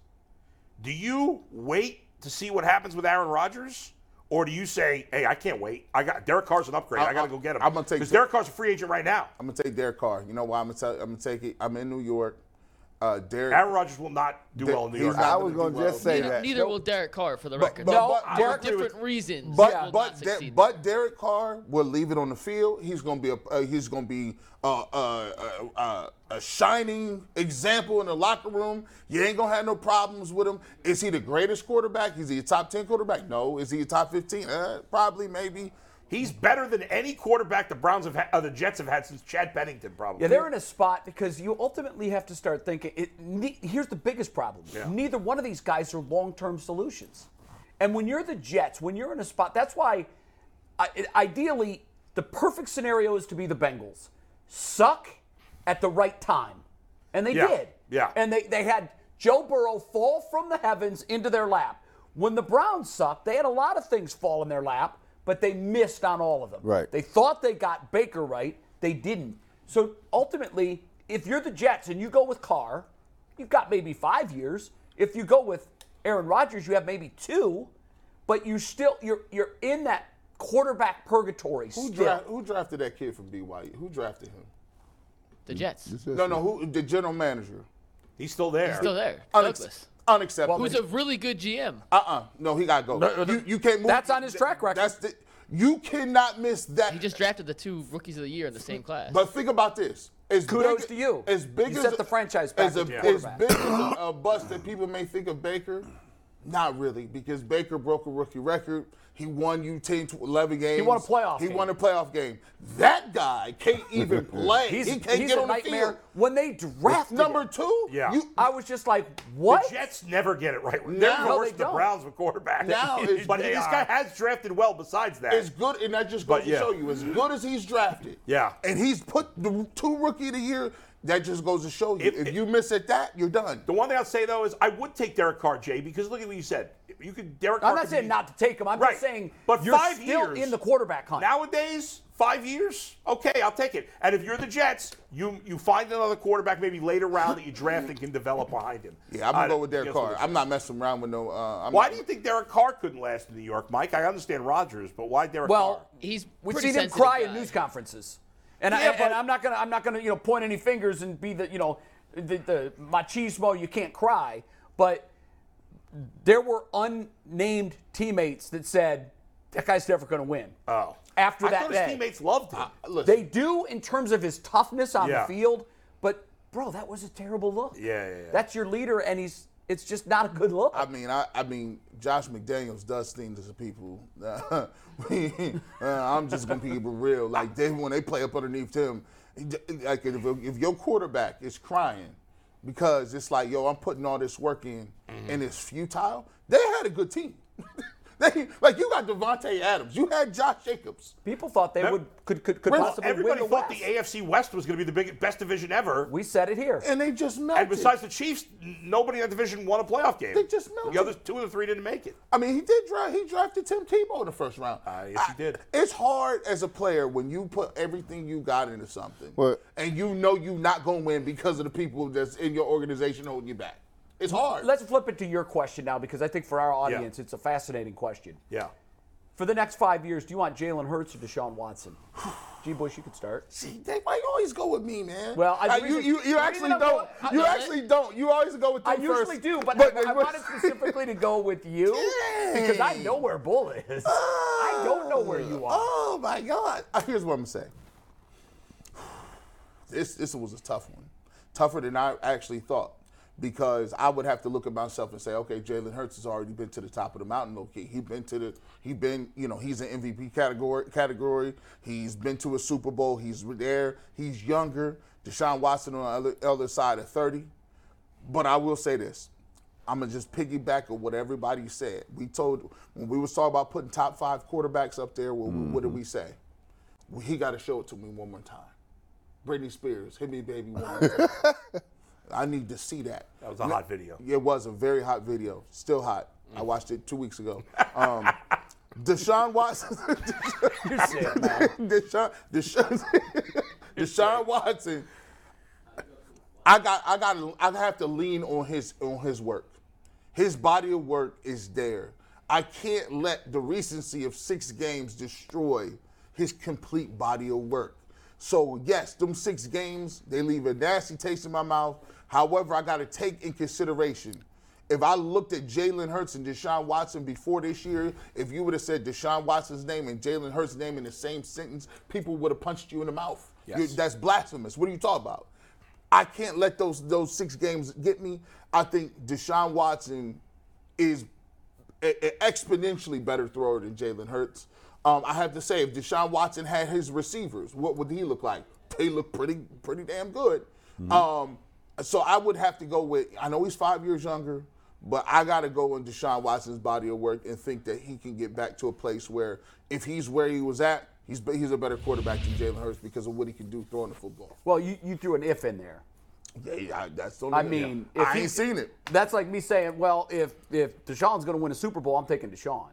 do you wait to see what happens with Aaron Rodgers? Or do you say, hey, I can't wait. I got Derek Carr's an upgrade. I,
I-
got to
I-
go get him.
I'm gonna take
because
the-
Derek Carr's a free agent right now.
I'm gonna take Derek Carr. You know why? I'm gonna tell, I'm gonna take it. I'm in New York. Uh, Derek.
Aaron Rodgers will not do well in New
he's
York.
not
I
gonna
was
do
going to
well.
just say
Neither,
that.
neither will Derek Carr, for the record.
but-
No,
but-
for
Derek,
different reasons.
But
he will not
but De-
succeed.
but Derek Carr will leave it on the field. He's gonna be a uh, he's gonna be uh, uh, uh, uh, a shining example in the locker room. You ain't gonna have no problems with him. Is he the greatest quarterback? Is he a top ten quarterback? No. Is he a top fifteen? Uh, probably, maybe.
He's better than any quarterback the Browns have, ha- uh, the Jets have had since Chad Pennington, probably.
Yeah, they're in a spot because you ultimately have to start thinking. It, ne- here's the biggest problem: neither one of these guys are long-term solutions. And when you're the Jets, when you're in a spot, that's why, I, it- ideally, the perfect scenario is to be the Bengals, suck at the right time, and they
Yeah,
did.
yeah.
And they they had Joe Burrow fall from the heavens into their lap. When the Browns sucked, they had a lot of things fall in their lap, but they missed on all of them.
Right.
They thought they got Baker right. They didn't. So ultimately, if you're the Jets and you go with Carr, you've got maybe five years. If you go with Aaron Rodgers, you have maybe two. But you still you're you're in that quarterback purgatory
Who,
still.
dra- who drafted that kid from BYU? Who drafted him?
the Jets.
No, no. Who the general manager?
He's still there.
Still there.
Unex-
Douglas.
unacceptable.
Who's a really good GM.
Uh-uh. No, he got to go. you, you can't move.
That's on his track record.
That's the, you cannot miss that.
He just drafted the two rookies of the year in the same class.
But think about this. As
Kudos
big-
to you.
As big
You
as
set the franchise back
as, a,
with your
as
quarterback.
big as a, a bust that people may think of Baker, Not really, because Baker broke a rookie record. He won you 10 to 11 games.
won a playoff
He
game.
won a playoff game. That guy can't even play.
He's,
he can't
he's
get
a
on the field.
nightmare. When they drafted
Number
him,
two?
Yeah.
You,
I was just like, what?
The Jets never get it right. They're
No,
even
they
worse than the
don't.
Browns with quarterback.
Now it's-
but this guy has drafted well. Besides that,
as good, and that just goes
But
to
yeah.
show you, as good as he's drafted.
Yeah.
And he's put the two rookie of the year. That just goes to show you,
If-
if, you miss at that, you're done.
the one thing I'll say though is I would take Derek Carr, Jay, because look at what you said. You could Derek. Carr
I'm not
could
saying
be-
not to take him. I'm
Right.
just saying
But
you're
five
still
years-
in the quarterback hunt.
Nowadays, five years, okay, I'll take it. And if you're the Jets, you you find another quarterback maybe later round that you draft and can develop behind him.
Yeah, I'm
I
gonna go
don't-
with Derek
guess what
Carr.
it
I'm
is.
not messing around with no. Uh, I'm
Why
not-
do you think Derek Carr couldn't last in New York, Mike? I understand Rodgers, but why Derek Carr?
well,
He's
we've
pretty
seen him
sensitive
cry
guy.
in news conferences, and, I,
Yeah,
and
but-
I'm not gonna I'm not gonna you know point any fingers and be the you know the, the machismo you can't cry, but there were unnamed teammates that said that guy's never gonna win.
Oh.
after
I
that Uh,
thought his
day.
teammates loved him.
Listen,
They do in terms of his toughness on
Yeah.
the field, but bro, that was a terrible look.
Yeah, yeah, Uh, yeah.
That's your leader, and he's it's just not a good look.
I mean, I, I mean, Josh McDaniels does things to people. Uh, I'm just gonna be real. Like they when they play up underneath him, like if, if your quarterback is crying because it's like, yo, I'm putting all this work in
Mm-hmm.
and it's futile. They had a good team. they like you got Devontae Adams, you had Josh Jacobs.
People thought they would could could, could
Well,
possibly win
Everybody
the
thought
West.
the AFC West was going to be the biggest, best division ever.
we said it here.
And they just melted.
and besides the Chiefs, n- nobody in that division won a playoff game.
They just melted.
The other two of the three didn't make it.
I mean, he did draft. He drafted Tim Tebow in the first round.
Ah, yes, he
I-
did.
It's hard as a player when you put everything you got into something,
What?
and you know you're not going to win because of the people that's in your organization holding you back. It's hard.
Let's flip it to your question now because I think for our audience it's a fascinating question.
Yeah.
For the next five years, do you want Jalen Hurts or Deshaun Watson? G. Bush, you could start.
See, they, why you always go with me, man?
Well, I-
Like, you, you,
the
you
reason
actually
I'm
don't.
going-
you
I-
actually don't. You always go with.
I
them
usually
first,
do, but, I, I wanted specifically to go with you because I know where Bull is. I don't know where you are.
Oh my God! Uh, Here's what I'm gonna say. This this was a tough one, tougher than I actually thought, because I would have to look at myself and say, okay, Jalen Hurts has already been to the top of the mountain. Okay, he been to the he been you know he's an MVP category category. He's been to a Super Bowl. He's there. He's younger. Deshaun Watson on the other, other side of 30. But I will say this. I'm gonna just piggyback on what everybody said. We told when we was talking about putting top five quarterbacks up there. What, what did we say? Well, he got to show it to me one more time. Britney Spears, hit me, baby, one more time. I need to see that.
That was a hot video.
It was a very hot video. Still hot. I watched it two weeks ago. Um, Deshaun Watson.
You're sick, man.
Deshaun, Deshaun, Deshaun Watson. I got, I got, I have to lean on his, on his work. His body of work is there. I can't let the recency of six games destroy his complete body of work. So yes, them six games they leave a nasty taste in my mouth. However, I got to take in consideration if I looked at Jalen Hurts and Deshaun Watson before this year, if you would have said Deshaun Watson's name and Jalen Hurts' name in the same sentence, people would have punched you in the mouth. You- that's blasphemous. What are you talking about? I can't let those those six games get me. I think Deshaun Watson is a- a- exponentially better thrower than Jalen Hurts. Um, I have to say, if Deshaun Watson had his receivers, what would he look like? They look pretty, pretty damn good. Um, so I would have to go with. I know he's five years younger, but I got to go in Deshaun Watson's body of work and think that he can get back to a place where, if he's where he was at, he's be- he's a better quarterback than Jalen Hurts because of what he can do throwing the football.
Well, you, you threw an if in there.
Yeah, yeah, that's the only.
I mean, if
I
he-
ain't seen it.
That's like me saying, well, if if Deshaun's going to win a Super Bowl, I'm taking Deshaun.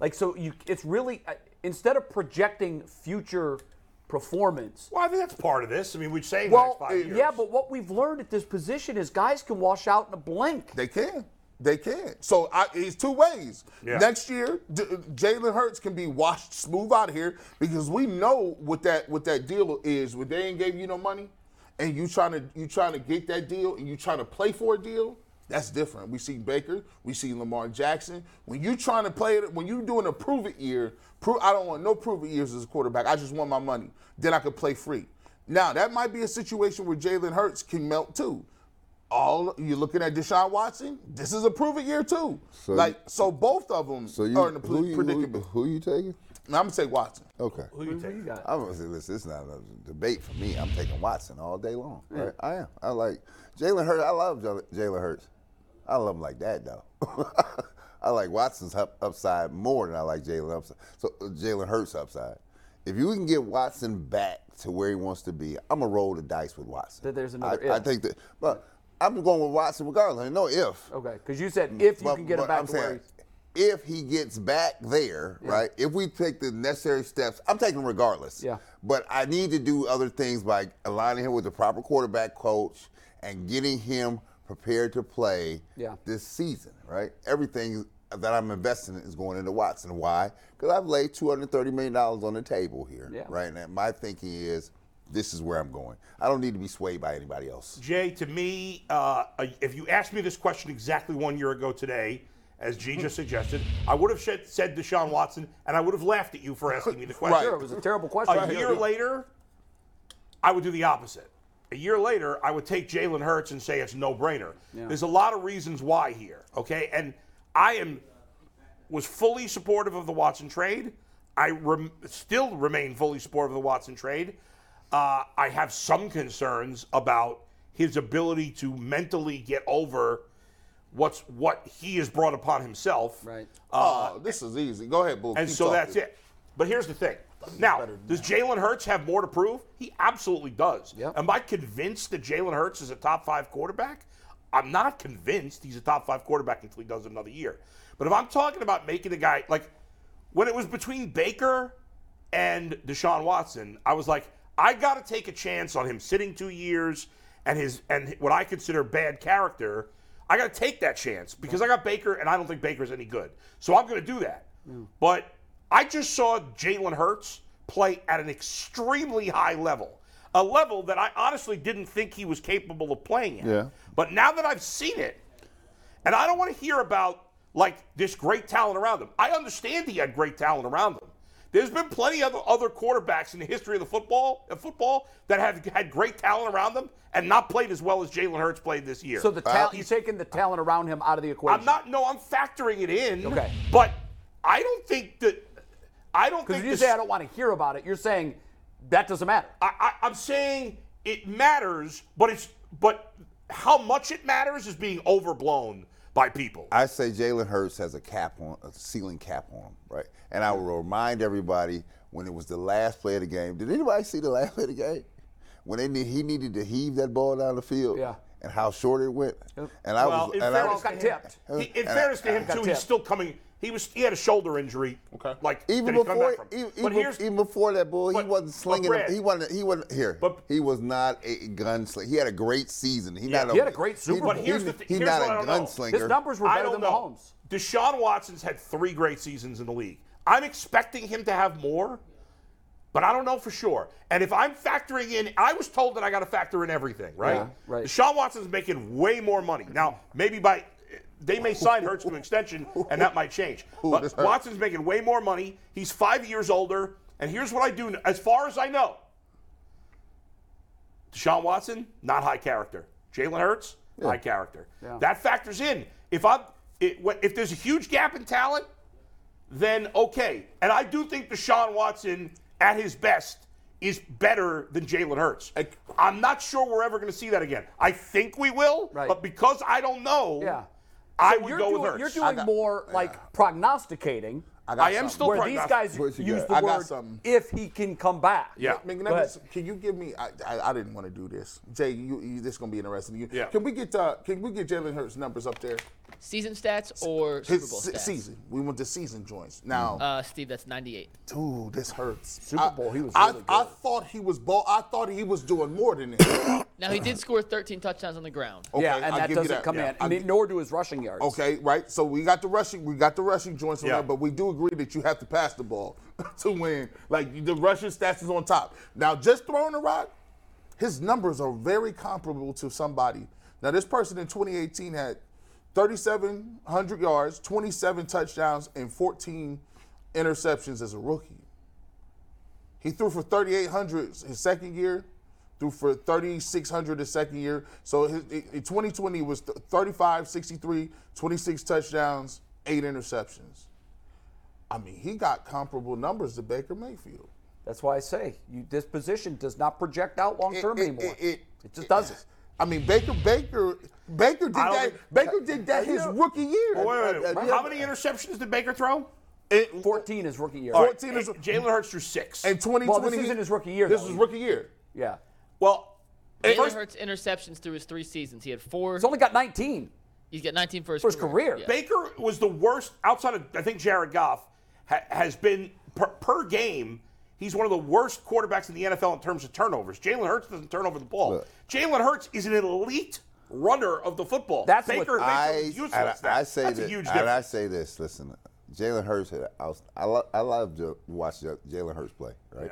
Like so, you it's really uh, instead of projecting future performance.
Well, I think that's part of this. I mean, we're saying
Well, uh, eh,
the next five years.
yeah, but what we've learned at this position is guys can wash out in a blink.
They can. They can. So I, it's two ways.
Yeah.
Next year, D- Jalen Hurts can be washed smooth out of here because we know what that what that deal is. When they ain't gave you no money, and you trying to you trying to get that deal and you trying to play for a deal, that's different. We see Baker, we see Lamar Jackson. When you trying to play it, when you doing a prove it year, prove, I don't want no prove it years as a quarterback. I just want my money. Then I could play free. Now that might be a situation where Jalen Hurts can melt too all you're looking at Deshaun Watson. This is a proven year too.
So
like
you-
so, both of them
So you
are in the
who you, who,
predicament.
who you taking? Oh,
And I'm gonna say Watson.
Okay.
Who you got?
I'm gonna say, listen, it's not a debate for me. I'm taking Watson all day long. Right? I am. I like Jalen Hurts. I love Jal- Jalen Hurts. I love him like that though. I like Watson's up, upside more than I like Jalen upside. So uh, Jalen Hurts upside. If you can get Watson back to where he wants to be, I'm gonna roll the dice with Watson.
Th- there's another
I, I
if.
think that, but I'm going with Watson regardless. No if.
Okay, because you said if you
But-
can get him
but
back
I'm
to where
saying,
he's-
if he gets back there, right? If we take the necessary steps, I'm taking him regardless.
Yeah.
But I need to do other things by aligning him with the proper quarterback coach and getting him prepared to play
Yeah.
this season, right? Everything that I'm investing in is going into Watson. Why? Because I've laid $230 million on the table here,
Yeah.
right? And my thinking is this is where I'm going. I don't need to be swayed by anybody else.
Jay, to me, uh, if you asked me this question exactly one year ago today, as G just suggested, I would have said- said Deshaun Watson, and I would have laughed at you for asking me the question.
Sure, it was a terrible question.
A year later, I would do the opposite. A year later, I would take Jalen Hurts and say it's no brainer. There's a lot of reasons why here, okay? And I am was fully supportive of the Watson trade. I rem, still remain fully supportive of the Watson trade. Uh, I have some concerns about his ability to mentally get over what's what he has brought upon himself.
Right.
oh, this is easy. Go ahead, Boo.
Uh, And so that's it. But here's the thing. Now, does Jalen Hurts have more to prove? He absolutely does.
Yep.
Am I convinced that Jalen Hurts is a top five quarterback? I'm not convinced he's a top five quarterback until he does another year. But if I'm talking about making a guy like when it was between Baker and Deshaun Watson, I was like, I got to take a chance on him sitting two years and his and what I consider bad character. I got to take that chance because I got Baker and I don't think Baker's any good. So I'm going to do that. But I just saw Jalen Hurts play at an extremely high level, a level that I honestly didn't think he was capable of playing at.
Yeah.
But now that I've seen it, and I don't want to hear about like this great talent around him. I understand he had great talent around him. There's been plenty of other quarterbacks in the history of the football of football that have had great talent around them and not played as well as Jalen Hurts played this year.
So the talent, he's taking the talent around him out of the equation.
I'm not. No, I'm factoring it in.
Okay.
But I don't think that. I don't
Because
think
you
this-
say I don't want to hear about it. You're saying that doesn't matter.
I, I, I'm saying it matters, but it's but how much it matters is being overblown by people.
I say Jalen Hurts has a cap on a ceiling cap on him, right? And I will remind everybody when it was the last play of the game. Did anybody see the last play of the game? When they need, he needed to heave that ball down the field,
Yeah.
and how short it went. And I
Well,
was,
in
and I
fairness
was
Got
to him-
tipped.
He, in
And I-
fairness to him
got
too, he's
tipped.
still coming. He was he had a shoulder injury.
Okay.
Like that
even
he's come
before,
back from.
e-,
even,
but
even,
here's
even before that bull,
but-
he wasn't
but
slinging.
Brad-
he wasn't. He wasn't here.
But-
he was not a gunslinger. He had a great season. He not.
He had a great Super Bowl.
He,
But here's
the thi-
he's
here's
not
what I
a
don't know.
gunslinger.
His numbers were
I
better
don't
than
know.
Mahomes.
Deshaun Watson's had three great seasons in the league. I'm expecting him to have more, but I don't know for sure. And if I'm factoring in, I was told that I got to factor in everything, right?
Yeah, right.
Deshaun Watson's making way more money now. Maybe by they may sign Hurts to an extension, and that might change. But Watson's making way more money. He's five years older. And here's what I do, as far as I know. Deshaun Watson, not high character. Jalen Hurts, high character. That factors in. If I'm, it, what- if there's a huge gap in talent, then okay. And I do think Deshaun Watson, at his best, is better than Jalen Hurts. I'm not sure we're ever going to see that again. I think we will,
Right.
but because I don't know,
Yeah.
I
So
would
you're
go
doing,
with Hurts.
You're doing more like prognosticating,
I am still
where these
prognostic-
guys
What
use
you got?
the
I
got
word
something.
if he can come back.
Yeah.
McNuggets, can you give me? I, I, I didn't want to do this. Jay, you, you this is gonna be interesting. You,
Yeah.
Can we get uh, Can we get Jalen Hurts numbers up there?
Season stats or Super
His
Bowl
se-
stats?
season. We want the season joints now.
Uh, Steve, that's 98.
dude, this hurts.
Mm. Super Bowl, he was
I,
really
I, I
good.
thought he was ball. I thought he was doing more than this.
Now he did score 13 touchdowns on the ground.
yeah,
Okay,
and
I'll
that
give you
doesn't
that.
come
Yeah,
in,
I'll
and
gi-
nor do his rushing yards.
Okay, right. So we got the rushing, we got the rushing joints on
Yeah.
there, but we do agree that you have to pass the ball to win. Like the rushing stats is on top. Now, just throwing the rock, his numbers are very comparable to somebody. Now, this person in 2018 had 3,700 yards, 27 touchdowns, and 14 interceptions as a rookie. He threw for 3,800 his second year, threw for 3,600 the second year. So his, in in 2020 was th- 35, 63, 26 touchdowns, eight interceptions. I mean, he got comparable numbers to Baker Mayfield.
That's why I say you, this position does not project out long term anymore. It, just doesn't.
I mean, Baker, Baker, Baker did
I don't
that.
think-
Baker did that his rookie year.
Well, wait, wait, wait.
Uh, uh,
How many interceptions did Baker throw?
it-
14 is rookie year.
14 is
Jalen Hurts threw six.
and 2020.
Well, this isn't his rookie year,
This
though.
is rookie year.
yeah.
well,
Jalen
first-
Hurts interceptions through his three seasons. He had four.
He's only got 19
He's got 19 for his
for his
career.
career.
Yeah.
Baker was the worst outside of I think Jared Goff ha- has been per, per game. He's one of the worst quarterbacks in the NFL in terms of turnovers. Jalen Hurts doesn't turn over the ball. Jalen Hurts is an elite runner of the football.
That's what
Baker. Mayfield
I,
is
and I,
useless.
I
That-
say
that's
that,
a huge
and I
difference.
say this. Listen, Jalen Hurts. Had, I, was, I, lo- I love to watch J- Jalen Hurts play, right?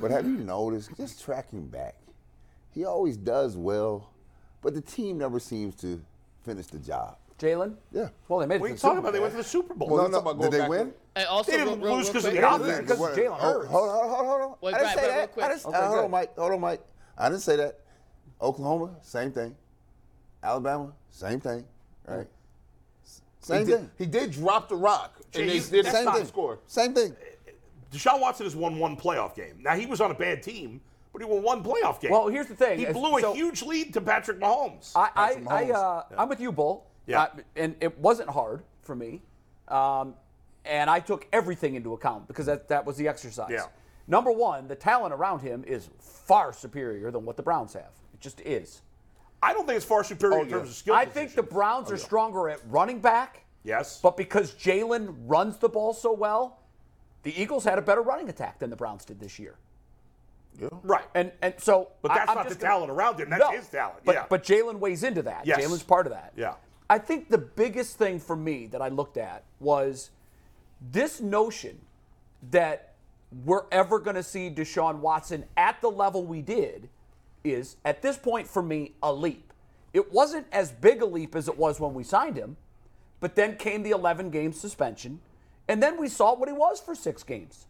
But have you noticed? Just tracking back, he always does well, but the team never seems to finish the job.
Jalen?
Yeah.
Well, they made it
What
to
are you
the
talking
Super
about? They
Bowl.
went to the Super Bowl.
Well,
I'm talking
no,
about
did
going
they
back
win?
And also,
They didn't
real- real
lose 'cause of
quick-
the
Wait,
offense.
because of Jalen
oh,
Hurts.
Hold on, hold on, hold on.
Wait,
I didn't
Brad,
say
Brad, real
that.
quick.
I didn't,
Okay,
hold
good.
on, Mike. Hold on, Mike. I didn't say that. Oklahoma, same thing. Alabama, same thing. Right. S-
He
Same
did,
thing.
he did drop the rock. And they
Jeez,
did
that's
Same
not
thing.
score.
Same thing.
Deshaun Watson has won one playoff game. Now he was on a bad team, but he won one playoff game.
Well, here's the thing.
He
It's-
blew a
so-
huge lead to Patrick Mahomes.
I, I, I
Mahomes.
uh, I'm with you, Bull.
Yeah.
Uh, and it wasn't hard for me, um, and I took everything into account because that that was the exercise.
Yeah.
Number one, the talent around him is far superior than what the Browns have. It just is.
I don't think it's far superior in
yeah.
terms of skill.
Oh,
Oh,
I think the
positions.
Browns are stronger at running back.
Yes.
But because Jalen runs the ball so well, the Eagles had a better running attack than the Browns did this year.
right.
And and so,
But that's
I, am
not
just
the
gonna-
talent around him. That's
No,
his talent.
But,
yeah.
but Jalen weighs into that.
Yes.
Jalen's part of that.
Yeah.
I think the biggest thing for me that I looked at was this notion that we're ever going to see Deshaun Watson at the level we did is at this point for me a leap. It wasn't as big a leap as it was when we signed him, but then came the 11 game suspension, and then we saw what he was for six games.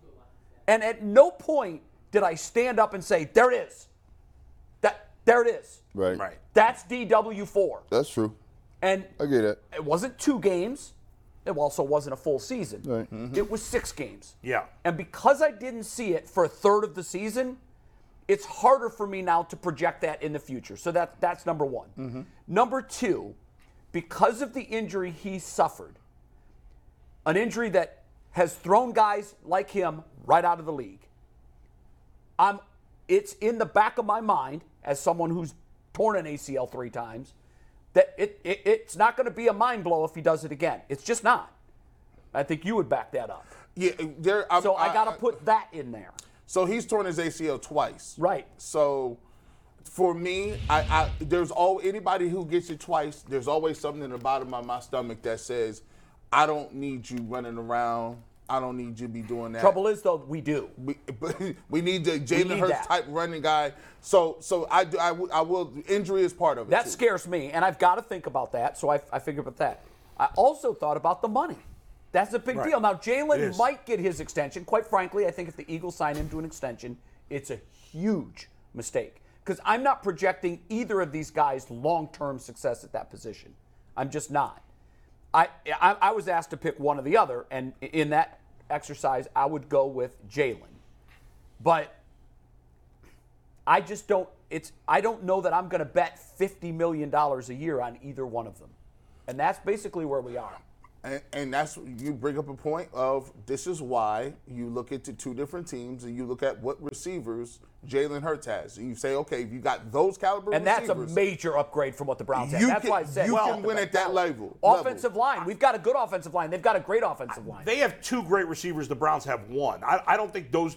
And at no point did I stand up and say, "There it is." That there it is.
Right.
right.
That's DW4.
That's true.
And
I get it.
it wasn't two games. It also wasn't a full season. It was six games.
Yeah.
And because I didn't see it for a third of the season, it's harder for me now to project that in the future. So that that's number one. Number two, because of the injury he suffered, an injury that has thrown guys like him right out of the league. I'm it's in the back of my mind as someone who's torn an ACL three times that it, it it's not going to be a mind blow if he does it again. It's just not. I think you would back that up.
Yeah, there. I'm-
So
Uh,
I, got to
I-
put that in there.
So he's torn his ACL twice.
Right.
So for me, I, I there's all anybody who gets it twice, there's always something in the bottom of my stomach that says, I don't need you running around. I don't need you to be doing that.
Trouble is though, we do.
We, but we need the Jalen
need
Hurts
that.
type running guy. So so I do I, w- I will injury is part of it.
That
too.
scares me, and I've got to think about that. So I, I figured about that. I also thought about the money. That's a big deal. Now
It
Jalen
is.
might get his extension. Quite frankly, I think if the Eagles sign him to an extension, it's a huge mistake because I'm not projecting either of these guys long-term success at that position. I'm just not. I, I I was asked to pick one or the other, and in that exercise, I would go with Jalen. But I just don't. It's I don't know that I'm going to bet fifty million dollars a year on either one of them, and that's basically where we are.
And, and that's you bring up a point of this is why you look at the two different teams and you look at what receivers Jalen Hurts has and you say okay if you got those caliber
And that's
receivers,
a major upgrade from what the Browns had.
You
That's
can-
why I said
you
well,
can win at that level-
Offensive line, we've got a good offensive line. They've got a great offensive line.
They have two great receivers. The Browns have one. I, I don't think those.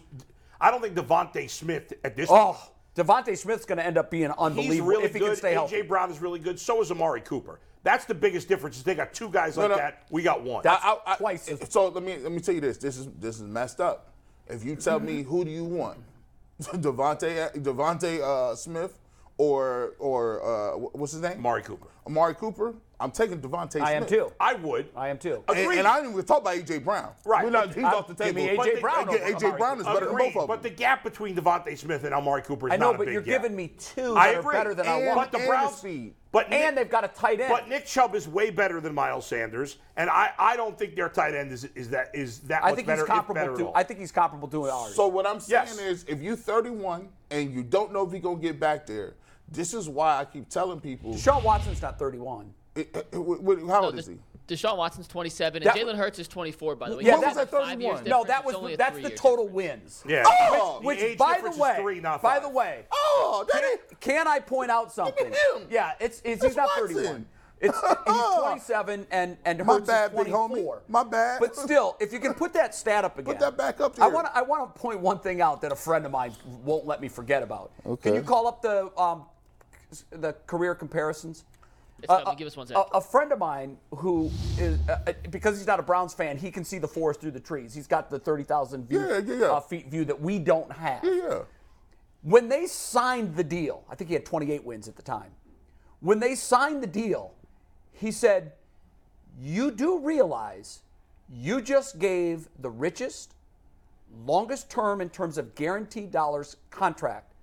I don't think Devonte Smith at this.
oh, Devontae Smith's going to end up being unbelievable
he's really
if he
good.
can stay
AJ
healthy.
Brown is really good. So is Amari Cooper. That's the biggest difference. Is they got two guys like
no.
that. We got one.
I- I- I-
twice as-
So let me let me tell you this. This is this is messed up. If you tell me who do you want, Devonte Devonte uh, Smith or or uh, wh- what's his name?
Amari Cooper.
Amari Cooper. I'm taking Devontae Smith.
I am too.
I would.
I am too.
And,
Agreed.
and I didn't even talk about AJ Brown.
Right.
We're not, he's
I-
off the
give
table.
me
But
AJ
they-
Brown
again,
over
AJ Brown is better than
Agreed,
both of them.
But the gap between Devontae Smith and Amari Cooper is
I know,
not a
but
big
you're
gap.
giving me two
I
that are
agree.
better than I
And-
want.
But the
and
Browns,
seed.
but Nick-
and they've got a tight end.
But Nick Chubb is way better than Miles Sanders, and I, I don't think their tight end is is that is that
I
much
think he's
better. if better
comparable
at
to.
all.
I think he's comparable to ours.
So what I'm saying
Yes.
is, if you're 31 and you don't know if you're gonna get back there, this is why I keep telling people.
Sean Watson's not 31.
It- it- what- what- how old
Des-
is he?
Deshaun Watson's 27
That-
and Jalen Hurts is 24. By the way,
Yeah, that-
He's got
was at
five
31.
years
No,
difference.
that
It's
was
only a
that's the
three-year
total
difference.
wins.
yeah.
Oh!
The
Which,
age
by the
difference is
way,
three, not
by
five.
the way,
Oh, that ain't.
can I point out something?
him.
Yeah, it's, it's
That's
he's not
Watson.
31. It's he's 27 and and
My
Hurts
bad,
is
big
24.
homie. My bad.
But still, if you can put that stat up again,
that back up
I
there.
want to I want to point one thing out that a friend of mine won't let me forget about.
Okay.
Can you call up the um, the career comparisons?
It's coming. Give us one
a,
second.
a friend of mine who is uh, uh, because he's not a Browns fan, he can see the forest through the trees. He's got the thirty thousand view
Yeah, yeah, yeah.
Uh, feet view that we don't have.
Yeah.
When they signed the deal, I think he had twenty eight wins at the time. When they signed the deal, he said, "You do realize you just gave the richest, longest term in terms of guaranteed dollars contract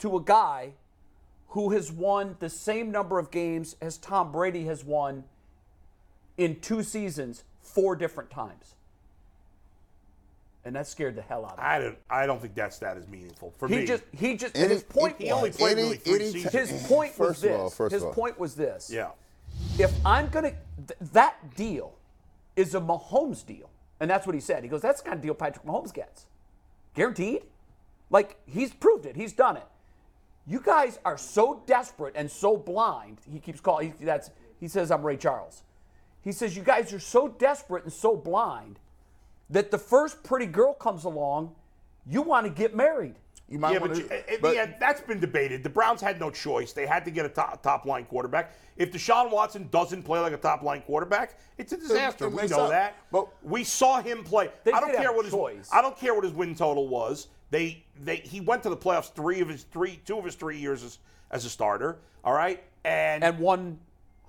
to a guy." Who has won the same number of games as Tom Brady has won in two seasons four different times. And that scared the hell out of me.
I don't I don't think that stat is meaningful for
he
me.
just he just
Any-
his point
any-
He only
was-
played
any-
really three
any
seasons.
time-
his point was
First of
this.
all, first
his
of all.
point was this.
yeah.
If I'm gonna th- that deal is a Mahomes deal. And that's what he said. He goes, That's the kind of deal Patrick Mahomes gets. Guaranteed? Like he's proved it. He's done it. You guys are so desperate and so blind. He keeps calling. He, that's he says I'm Ray Charles. He says you guys are so desperate and so blind that the first pretty girl comes along, you want to get married.
You might
Yeah,
want
but
to.
you- in the end, that's been debated. The Browns had no choice. They had to get a top, top line quarterback. If Deshaun Watson doesn't play like a top line quarterback, it's a disaster.
it
we
wakes
know
up.
that.
But-
we saw him play.
They
I don't
did have
care
a
what his
choice.
I don't care what his win total was. They they he went to the playoffs three of his three two of his three years as, as a starter. All right, and,
And one,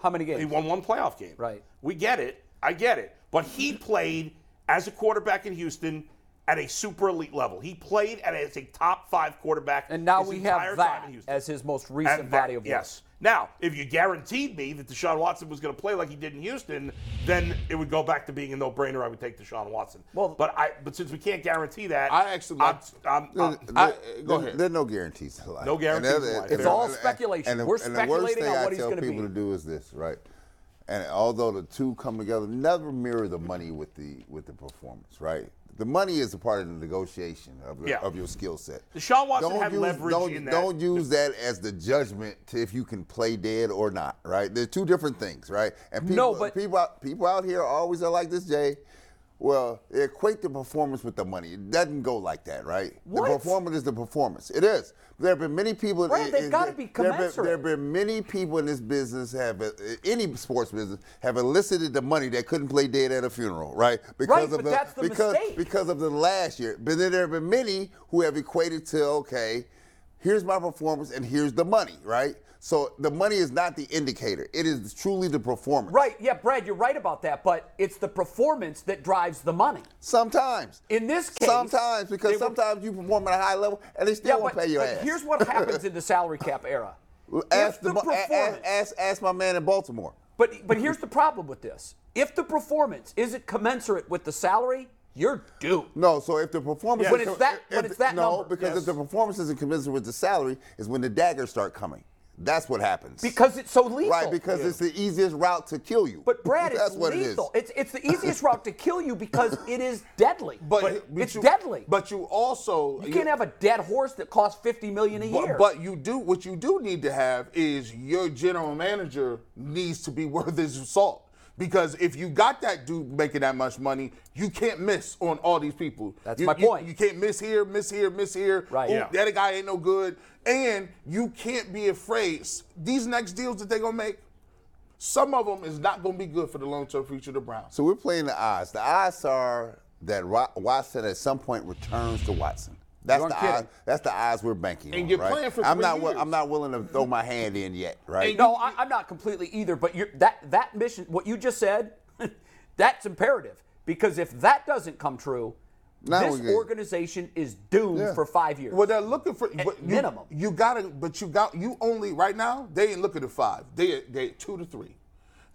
how many games?
he won one playoff game.
Right.
We get it. I get it. But he played as a quarterback in Houston at a super elite level. He played at as a top five quarterback.
And now
his
we have
entire time
that
in Houston.
as his most
And
recent
that-
body of work.
Yes. Now, if you guaranteed me that Deshaun Watson was going to play like he did in Houston, then it would go back to being a no-brainer. I would take Deshaun Watson.
Well-
but I but since we can't guarantee that,
I actually
I'm,
like-
I'm, I'm,
There-
Um, uh, I-
there-
go ahead.
There's no guarantees to life.
No guarantees
And
in
the-
life.
and
It's
the-
all
and-
speculation.
and the-
We're
and the worst
speculating on
thing I
what he's
tell
gonna
people
be.
to do is this, right? And although the two come together, never mirror the money with the with the performance, right? The money is a part of the negotiation of, the,
Yeah.
of your skill set.
Deshaun Watson
Don't
had
use-
leverage
don't,
in that.
Don't use that as the judgment to if you can play dead or not, right? They're two different things, right? And people,
No, but-
people out, people out here always are like this, Jay. Well, they equate the performance with the money. It doesn't go like that, right?
What?
The performance is the performance. It is. There have been many people.
Brad,
in-
they've
in-
gotta be
there have been-
commensurate.
There have been many people in this business have uh, any sports business have elicited the money that couldn't play dead at a funeral, right?
Right, but that's the
because,
mistake.
because of the last year. But then there have been many who have equated to okay, here's my performance and here's the money, right? So the money is not the indicator; it is truly the performance.
Right, yeah, Brad, you're right about that, but it's the performance that drives the money.
Sometimes.
In this case,
sometimes
they
because
were-
sometimes you perform at a high level and they still
Yeah,
won't
but,
pay your
but
ass.
here's what happens in the salary cap era.
ask
if the
mo- a- a-
performance-
ask, ask my man in Baltimore.
But but here's the problem with this. If the performance isn't commensurate with the salary, you're due.
No, so if the performance
When it's that-
if-
when it's that
no,
number.
because
Yes.
if the performance isn't commensurate with the salary, is when the daggers start coming. That's what happens.
Because it's so lethal.
right, because it's the easiest route to kill you.
But Brad,
that's
it's
what
lethal.
it is.
It's it's the easiest route to kill you because it is deadly. it's
you-
deadly.
But you also
you can't have a dead horse that costs fifty million a year.
But, but you do what you do need to have is your general manager needs to be worth his salt because if you got that dude making that much money, you can't miss on all these people.
That's
You-
my
you-
point.
You, can't miss here, miss here, miss here.
Right.
Ooh,
Yeah.
That guy ain't no good, and you can't be afraid. S- These next deals that they gonna make, some of them is not gonna be good for the long term future of the Browns.
So we're playing the odds. The odds are that Ro- Watson at some point returns to Watson. That's
You
the
aren't kidding.
odds, that's the odds we're banking
And
on.
you're
right?
playing for
I'm
three
not wi-
years.
I'm not willing to throw my hand in yet, right?
No, I, I'm not completely either. But you're, that that mission, what you just said, that's imperative because if that doesn't come true,
Now
this
we get-
organization is doomed for five years.
Well, they're looking for
At
but you-
minimum.
You gotta, but you got you only right now. They ain't looking at five. They they two to three.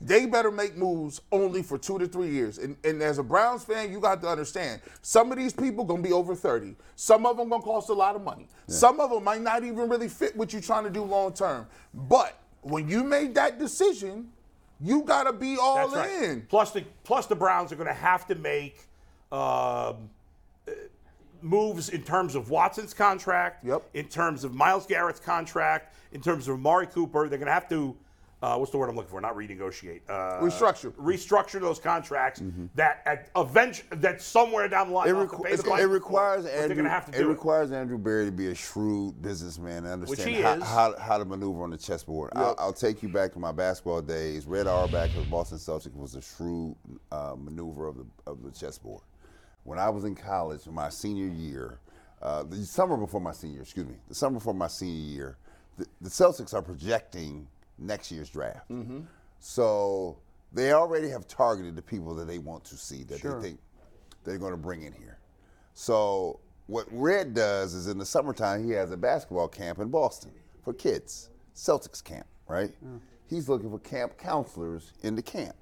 They better make moves only for two to three years. And, and as a Browns fan, you got to understand some of these people gonna be over thirty. Some of them gonna cost a lot of money. Some of them might not even really fit what you're trying to do long term. But when you made that decision, you gotta be all
That's right.
in.
Plus the plus the Browns are going to have to make um, uh, moves in terms of Watson's contract,
Yep.
in terms of Miles Garrett's contract, in terms of Amari Cooper. They're going to have to uh, what's the word I'm looking for? Not renegotiate. Uh,
Restructure.
Restructure those contracts that at eventually that somewhere down the line
Mm-hmm.
they'll
It,
have to
requ-
pay
it's-
the money
it
for,
requires
but They're
Andrew.
going to have to
it
do
requires Andrew Barry to be a shrewd businessman and understand
he
how,
is.
how, how to maneuver on the chessboard. I'll, I'll take you back to my basketball days. Red Auerbach of Boston Celtics was a shrewd uh, maneuver of the of the chessboard. When I was in college, my senior year, uh, the summer before my senior, excuse me, the summer before my senior year, the, the Celtics are projecting next year's draft. So they already have targeted the people that they want to see that they think they're going to bring in here. So what Red does is in the summertime he has a basketball camp in Boston for kids, Celtics camp, right? He's looking for camp counselors in the camp,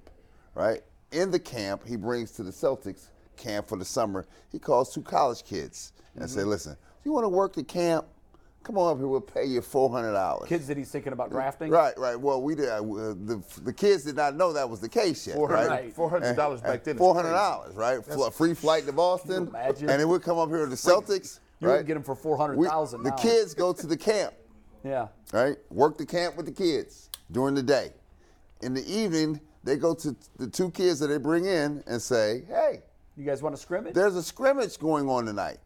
right? In the camp he brings to the Celtics camp for the summer. He calls two college kids and say, "Listen, you want to work the camp? Come on up here. We'll pay you four hundred dollars."
Kids that he's thinking about drafting.
Right, right. Well, we did. Uh, the the kids did not know that was the case yet. Right.
Right.
Four hundred dollars back then. is
Four hundred dollars, right? Fl- free flight to Boston,
imagine?
and it would come up here to the Celtics.
You
right?
can get 'em for $400,000
We- The
now.
kids go to the camp,
Yeah.
right? Work the camp with the kids during the day. In the evening, they go to the two kids that they bring in and say, "Hey,
You guys want to scrimmage?
there's a scrimmage going on tonight.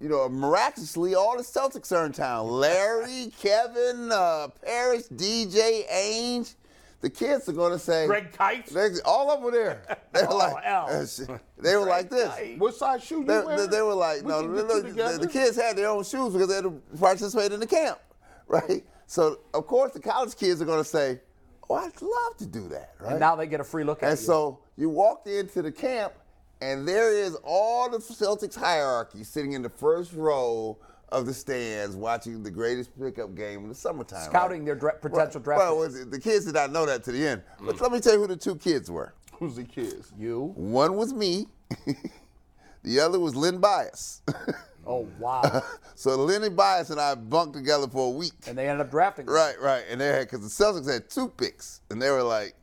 You know, miraculously, all the Celtics are in town. Larry, Kevin, uh, Parrish, DJ, Ainge. The kids are going to say,
it. Greg Kite.
they, all over there. They were
Oh,
like,
Al.
uh, sh- they were like this.
Kite.
What size shoe you
They,
wear?
they- they were like,
We
no,
can
no,
get you
no, the, the
together.
kids had their own shoes because they had to participate in the camp, right? So, of course, the college kids are going to say, oh, I'd love to do that, right?
and now they get a free look at
And
you.
so you walked into the camp, and there is all the Celtics hierarchy sitting in the first row of the stands watching the greatest pickup game in the summertime. right?
Scouting their dra- potential
Well,
draft Mm.
Well, was it- the kids did not know that to the end. But let me tell you who the two kids were.
Who's the kids?
you.
One was me. the other was Lynn Bias.
Oh wow.
so Lenny Bias and I bunked together for a week.
and they end up drafting. you.
Right, right. And they had, because the Celtics had two picks, and they were like,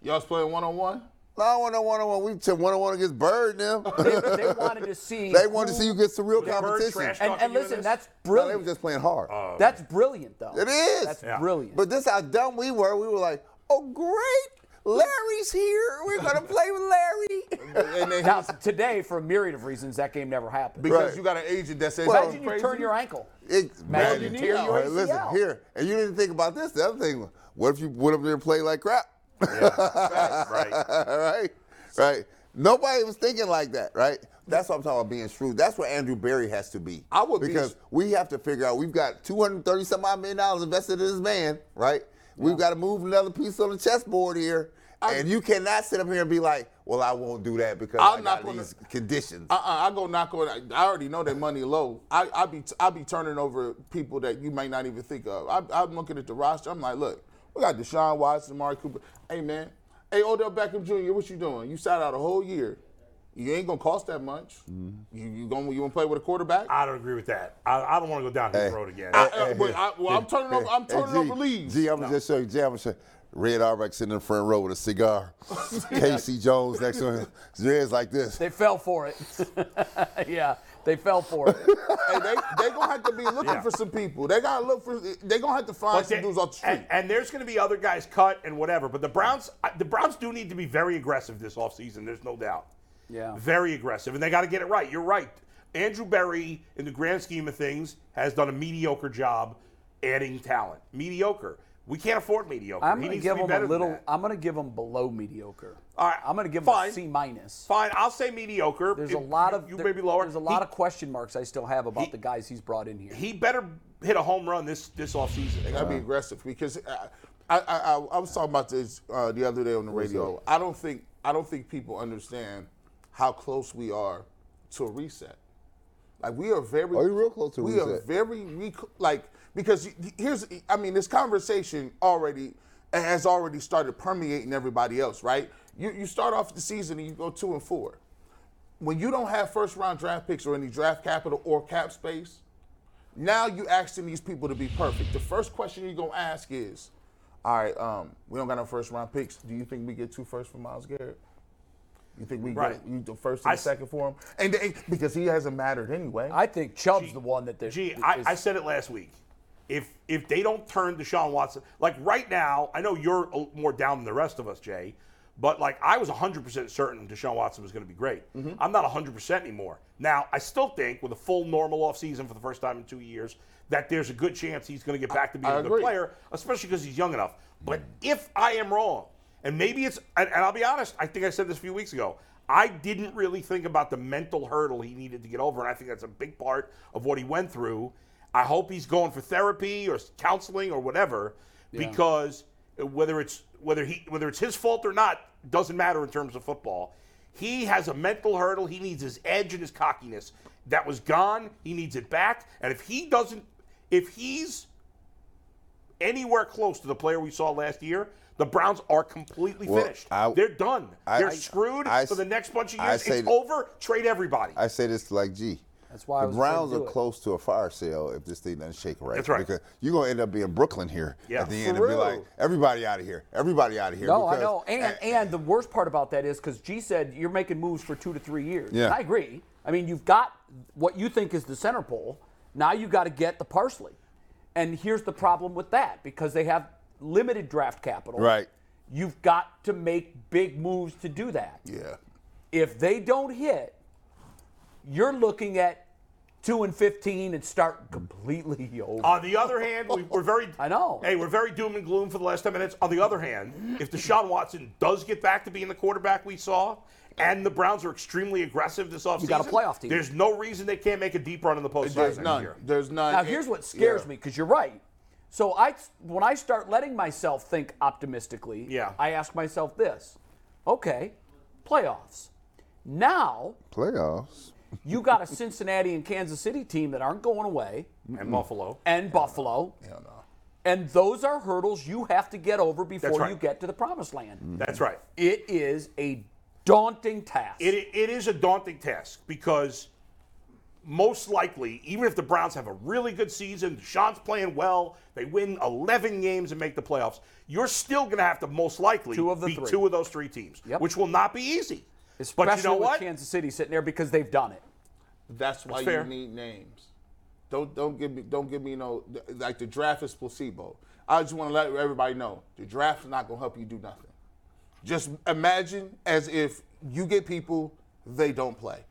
Y'all was playing one on one.
no, I want to one on one. We took one on one against Bird now.
They, they wanted to see.
They wanted to
who-
see you get some real
Bird
competition.
trash
And,
No,
Talking
and
to you
listen,
this? Oh.
that's
they
brilliant.
were just playing hard.
Uh,
that's brilliant, though.
it is.
That's brilliant.
But this how dumb we were. We were like, oh great, Larry's here. We're gonna play with Larry.
And then
now today, for a myriad of reasons, that game never happened.
because
Right.
you got an agent that says
Imagine
"Oh,
you turn your ankle.
It's
Man, you tear your
Hey, listen
ACL.
here, and you didn't think about this. The other thing, was, what if you went up there and played like crap?
right.
right, right. Nobody was thinking like that, right? That's what I'm talking about being shrewd. That's where Andrew Barry has to be.
I would be-
because we have to figure out. We've got 230 some odd million dollars invested in this man, right? We've got to move another piece on the chessboard here, and you cannot sit up here and be like, "Well, I won't do that because i
I'm not
got
gonna-
these conditions."
Uh-uh, I go knock on. I already know that money low. I, I be I be turning over people that you might not even think of. I, I'm looking at the roster. I'm like, look, we got Deshaun Watson, Amari Cooper. Hey man, hey Odell Beckham Jr. What you doing? You sat out a whole year. You ain't gonna cost that much.
Mm-hmm.
You you gonna you gonna play with a quarterback?
I don't agree with that. I, I don't want to go down his
Hey.
road again.
I- uh, but I- well, I'm turning over. I'm
Hey,
turning
G,
over leaves.
G, I'm gonna just show you. G, I'm gonna show you. Red Auerbach sitting in the front row with a cigar. Casey Jones next to him. Red's like this.
They fell for it. yeah, they fell for it.
hey, they they gonna have to be looking
Yeah.
for some people. They gotta look for. They gonna have to find
But
some
they-
dudes off the street.
and, and there's going to be other guys cut and whatever. But the Browns, I- the Browns do need to be very aggressive this offseason. There's no doubt.
Yeah.
Very aggressive, and they got to get it right. You're right. Andrew Berry, in the grand scheme of things, has done a mediocre job adding talent. Mediocre. We can't afford mediocre.
I'm
he
going to
needs
give
to be
him a
better than
little.
that.
I'm going to give him below mediocre.
All right,
I'm going to give him
fine.
a C minus.
Fine, I'll say mediocre.
There's
If
a lot
you-
of
you
there-
may be lower.
There's a lot
He-
of question marks I still have about
He-
the guys he's brought in here.
he better hit a home run this this offseason.
They gotta be aggressive because uh, I, I, I, I was talking about this uh, the other day on the radio. I don't think I don't think people understand how close we are to a reset. Like we are very.
Oh, you're real close to a
we are
reset.
very rec- like because y- y- here's I mean this conversation already has already started permeating everybody else, right? You you start off the season and you go two and four. When you don't have first round draft picks or any draft capital or cap space, now you asking these people to be perfect. The first question you're gonna ask is, all right, um, we don't got no first round picks. Do you think we get two first for Miles Garrett? You think we
Right.
get you the first and
I
the
s-
second for him? And they, because he hasn't mattered anyway.
I think Chubb's the one that they.
Gee,
is-
I, I said it last week. If if they don't turn Deshaun Watson, like right now, I know you're a- more down than the rest of us, Jay, but like I was 100% certain Deshaun Watson was going to be great.
Mm-hmm.
I'm not 100% anymore. Now, I still think with a full normal offseason for the first time in two years, that there's a good chance he's going to get back to being
I
a good
agree. Mm.
player, especially because he's young enough. But if I am wrong, and maybe it's, and, and I'll be honest, I think I said this a few weeks ago. I didn't really think about the mental hurdle he needed to get over, and I think that's a big part of what he went through. I hope he's going for therapy or s- counseling or whatever, because whether it's whether he whether it's his fault or not doesn't matter in terms of football. He has a mental hurdle. He needs his edge and his cockiness that was gone. He needs it back, and if he doesn't, if he's anywhere close to the player we saw last year, the Browns are completely
Well,
finished.
I-
They're done.
I-
They're
I-
screwed
I
for the
s-
next bunch of
I
years.
say
It's
that-
over. Trade everybody.
I say this like G.
That's why I
the
was afraid
Browns
to do
are
it.
close to a fire sale if this thing doesn't shake right.
That's right.
Because you're gonna end up being Brooklyn here
Yeah.
at the
For
end and
real.
be like, everybody out of here, everybody out of here.
No, I
because-
know. And and the worst part about that is because G said you're making moves for two to three years.
Yeah.
And I agree. I mean, you've got what you think is the center pole. Now you got to get the parsley. And here's the problem with that because they have limited draft capital.
Right.
You've got to make big moves to do that.
yeah.
If they don't hit, you're looking at two and fifteen and start completely over.
On the other hand, we, we're very
I know.
Hey, we're very doom and gloom for the last ten minutes. On the other hand, if Deshaun Watson does get back to being the quarterback we saw, and the Browns are extremely aggressive this offseason,
got a playoff team.
There's no reason they can't make a deep run in the postseason.
There's
next
none.
year.
There's none.
Now here's what scares
Yeah.
me because you're right. So I when I start letting myself think optimistically,
Yeah.
I ask myself this. Okay, playoffs. Now
playoffs.
you got a Cincinnati and Kansas City team that aren't going away
And Buffalo.
and Buffalo.
Hell no.
And those are hurdles you have to get over before
right. Mm.
you get to the promised
Mm-hmm.
land.
That's right.
It is a daunting task.
it, it is a daunting task because most likely, even if the Browns have a really good season, Deshaun's playing well, they win 11 games and make the playoffs, you're still going to have to most likely
Two of the
beat
three.
two of those three teams,
Yep.
which will not be easy.
Especially
but you know
with
what?
Kansas City sitting there because they've done it.
That's why
That's fair.
you need names. Don't don't give me don't give me no like the draft is placebo. I just want to let everybody know the draft's not gonna help you do nothing. Just imagine as if you get people they don't play.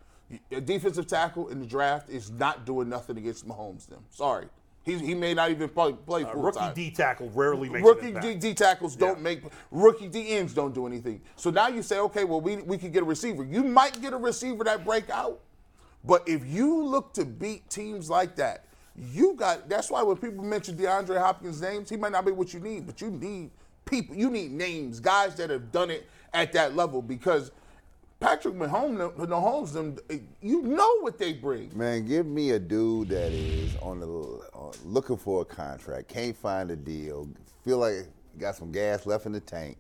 A defensive tackle in the draft is not doing nothing against Mahomes. Them sorry, he, he may not even play, play full
Rookie
time.
D tackle rarely makes an
Rookie
impact.
D, D tackles don't
Yeah.
make rookie D ends don't do anything. So now you say, okay, well we we could get a receiver. You might get a receiver that break out, but if you look to beat teams like that, you got. That's why when people mention DeAndre Hopkins' names, he might not be what you need, but you need people. You need names, guys that have done it at that level because. Patrick Mahomes, Mahomes, them, you know what they bring.
Man, give me a dude that is on the on, looking for a contract, can't find a deal, feel like got some gas left in the tank.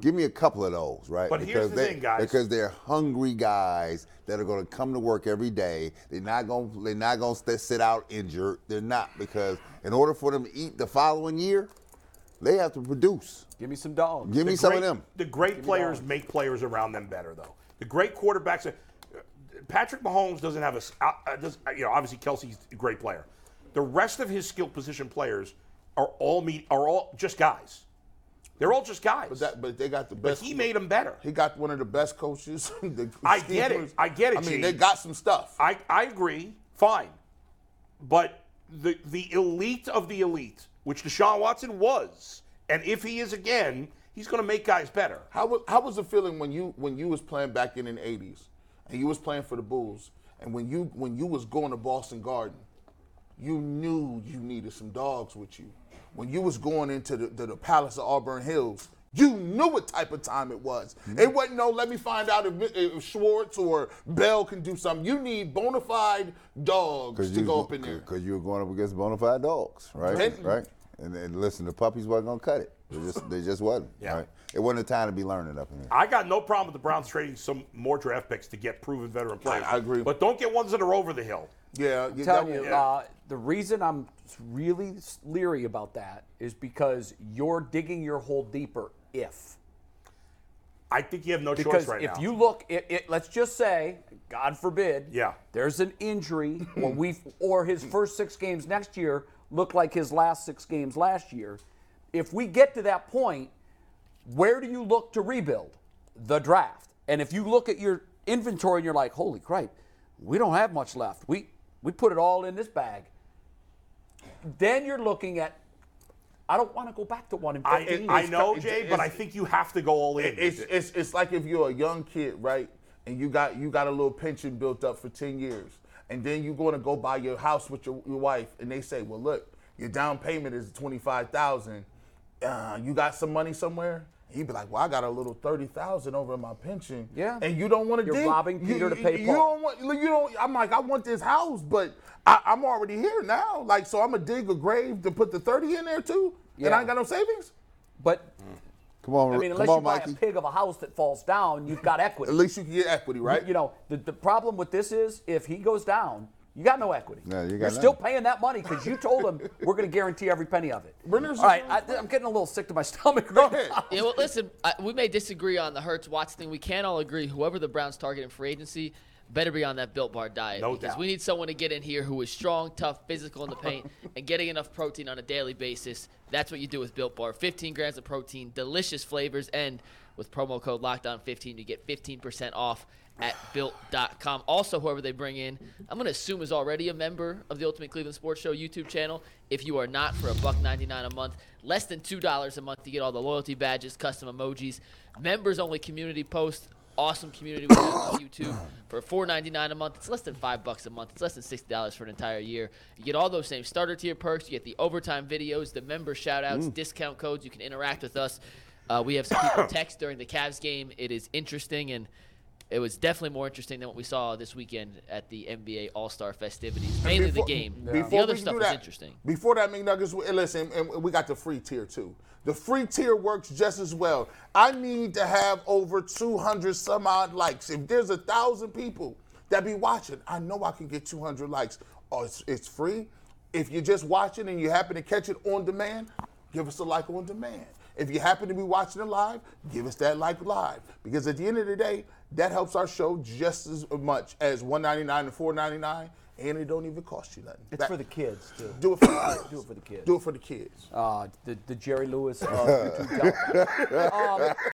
Give me a couple of those, right?
But here's the
they,
thing, guys.
Because they're hungry guys that are going to come to work every day. They're not going. to They're not going to sit out injured. They're not because in order for them to eat the following year, they have to produce.
Give me some dogs.
Give me some of
great-
them.
The great players make players around them better, though. The great quarterbacks. uh, Patrick Mahomes doesn't have a. s- Uh, uh, does, uh, you know, obviously Kelsey's a great player. The rest of his skill position players are all meet are all just guys. They're all just guys. But,
That, but they got the best.
he made them better.
He got one of the best coaches. the
I get it. I get it,
I mean,
Gene.
they got some stuff.
I, I agree. Fine. But the the elite of the elite, which Deshaun Watson was And if he is again, he's going to make guys better.
How was how was the feeling when you when you was playing back in the '80s and you was playing for the Bulls and when you when you was going to Boston Garden, you knew you needed some dogs with you. When you was going into the, the, the Palace of Auburn Hills, you knew what type of time it was.
Mm-hmm.
It wasn't no. Let me find out if, if Schwartz or Bell can do something. You need bona fide dogs to
you
go
was-
up in there.
Cause you were going up against bona fide dogs, right?
Right.
Right. And, and listen, the puppies weren't gonna cut it. They just, they just wasn't.
Yeah.
Right? It wasn't a time to be learning up in there.
I got no problem with the Browns trading some more draft picks to get proven veteran players.
I agree.
But don't get ones that are over the hill.
Yeah, you,
telling
that-
you,
yeah.
uh, the reason I'm really leery about that is because you're digging your hole deeper. If
I think you have no
because
choice right
if
now.
you look, it, it, let's just say, God forbid,
Yeah.
there's an injury, or we, or his first six games next year look like his last six games last year. If we get to that point, where do you look to rebuild? The draft. And if you look at your inventory and you're like, holy crap, we don't have much left. We we put it all in this bag. Then you're looking at, I don't want to go back to one and
I,
fifteen.
I know,
it's-
Jay, but I
it's-
think you have to go all in.
it's, it's it's like if you're a young kid, right, and you got you got a little pension built up for ten years, and then you're going to go buy your house with your, your wife, and they say, well, look, your down payment is twenty five thousand. Uh, you got some money somewhere? He'd be like, well, I got a little thirty thousand over in my pension.
Yeah.
and you don't want to.
You're robbing Peter to pay
you
Paul.
Don't want, you don't. I'm like, I want this house, but I, I'm already here now. Like, so I'm gonna dig a grave to put the thirty in there too, and
Yeah.
I ain't got no savings.
But
Come on,
I mean, unless
come
you
on,
buy
Mikey.
a pig of a house that falls down, you've got equity.
At least you can get equity, right?
You know, the, the problem with this is if he goes down, you got no equity.
No, you got
are still
nothing.
paying that money because you told him we're going to guarantee every penny of it.
Brenner's-
All right, I, I'm getting a little sick to my stomach right
ahead.
now.
Yeah, well, listen, I, we may disagree on the Hertz Watts thing. We can all agree whoever the Browns target in free agency better be on that Built Bar diet
No
because
doubt.
we need someone to get in here who is strong, tough, physical in the paint, and getting enough protein on a daily basis. That's what you do with Built Bar. 15 grams of protein, delicious flavors, and with promo code LOCKDOWN15, you get 15% off at built.com. Also, whoever they bring in, I'm going to assume is already a member of the Ultimate Cleveland Sports Show YouTube channel. If you are not, for a buck 99 a month, less than $2 a month to get all the loyalty badges, custom emojis, members only community posts, awesome community we have on YouTube for $4.99 a month. It's less than five bucks a month. It's less than sixty dollars for an entire year. You get all those same starter tier perks. You get the overtime videos, the member shout outs,
Mm.
discount codes. You can interact with us. Uh, we have some people text during the Cavs game. It is interesting and. It was definitely more interesting than what we saw this weekend at the NBA All Star festivities. Mainly
Before-
the game. The
before
other
we
stuff
do
was
that-
interesting.
Before that, McNuggets, we- listen, and we got the free tier too. The free tier works just as well. I need to have over 200 some odd likes. If there's a thousand people that be watching, I know I can get 200 likes. Oh, it's, it's free. If you're just watching and you happen to catch it on demand, give us a like on demand. If you happen to be watching it live, give us that like live. Because at the end of the day, that helps our show just as much as 199 and 499 and it don't even cost you nothing.
It's
That-
for the kids, too.
Do it for the kids.
Do it for the kids.
Do it for the kids.
Uh, the, the Jerry Lewis. Uh, YouTube telephone. um,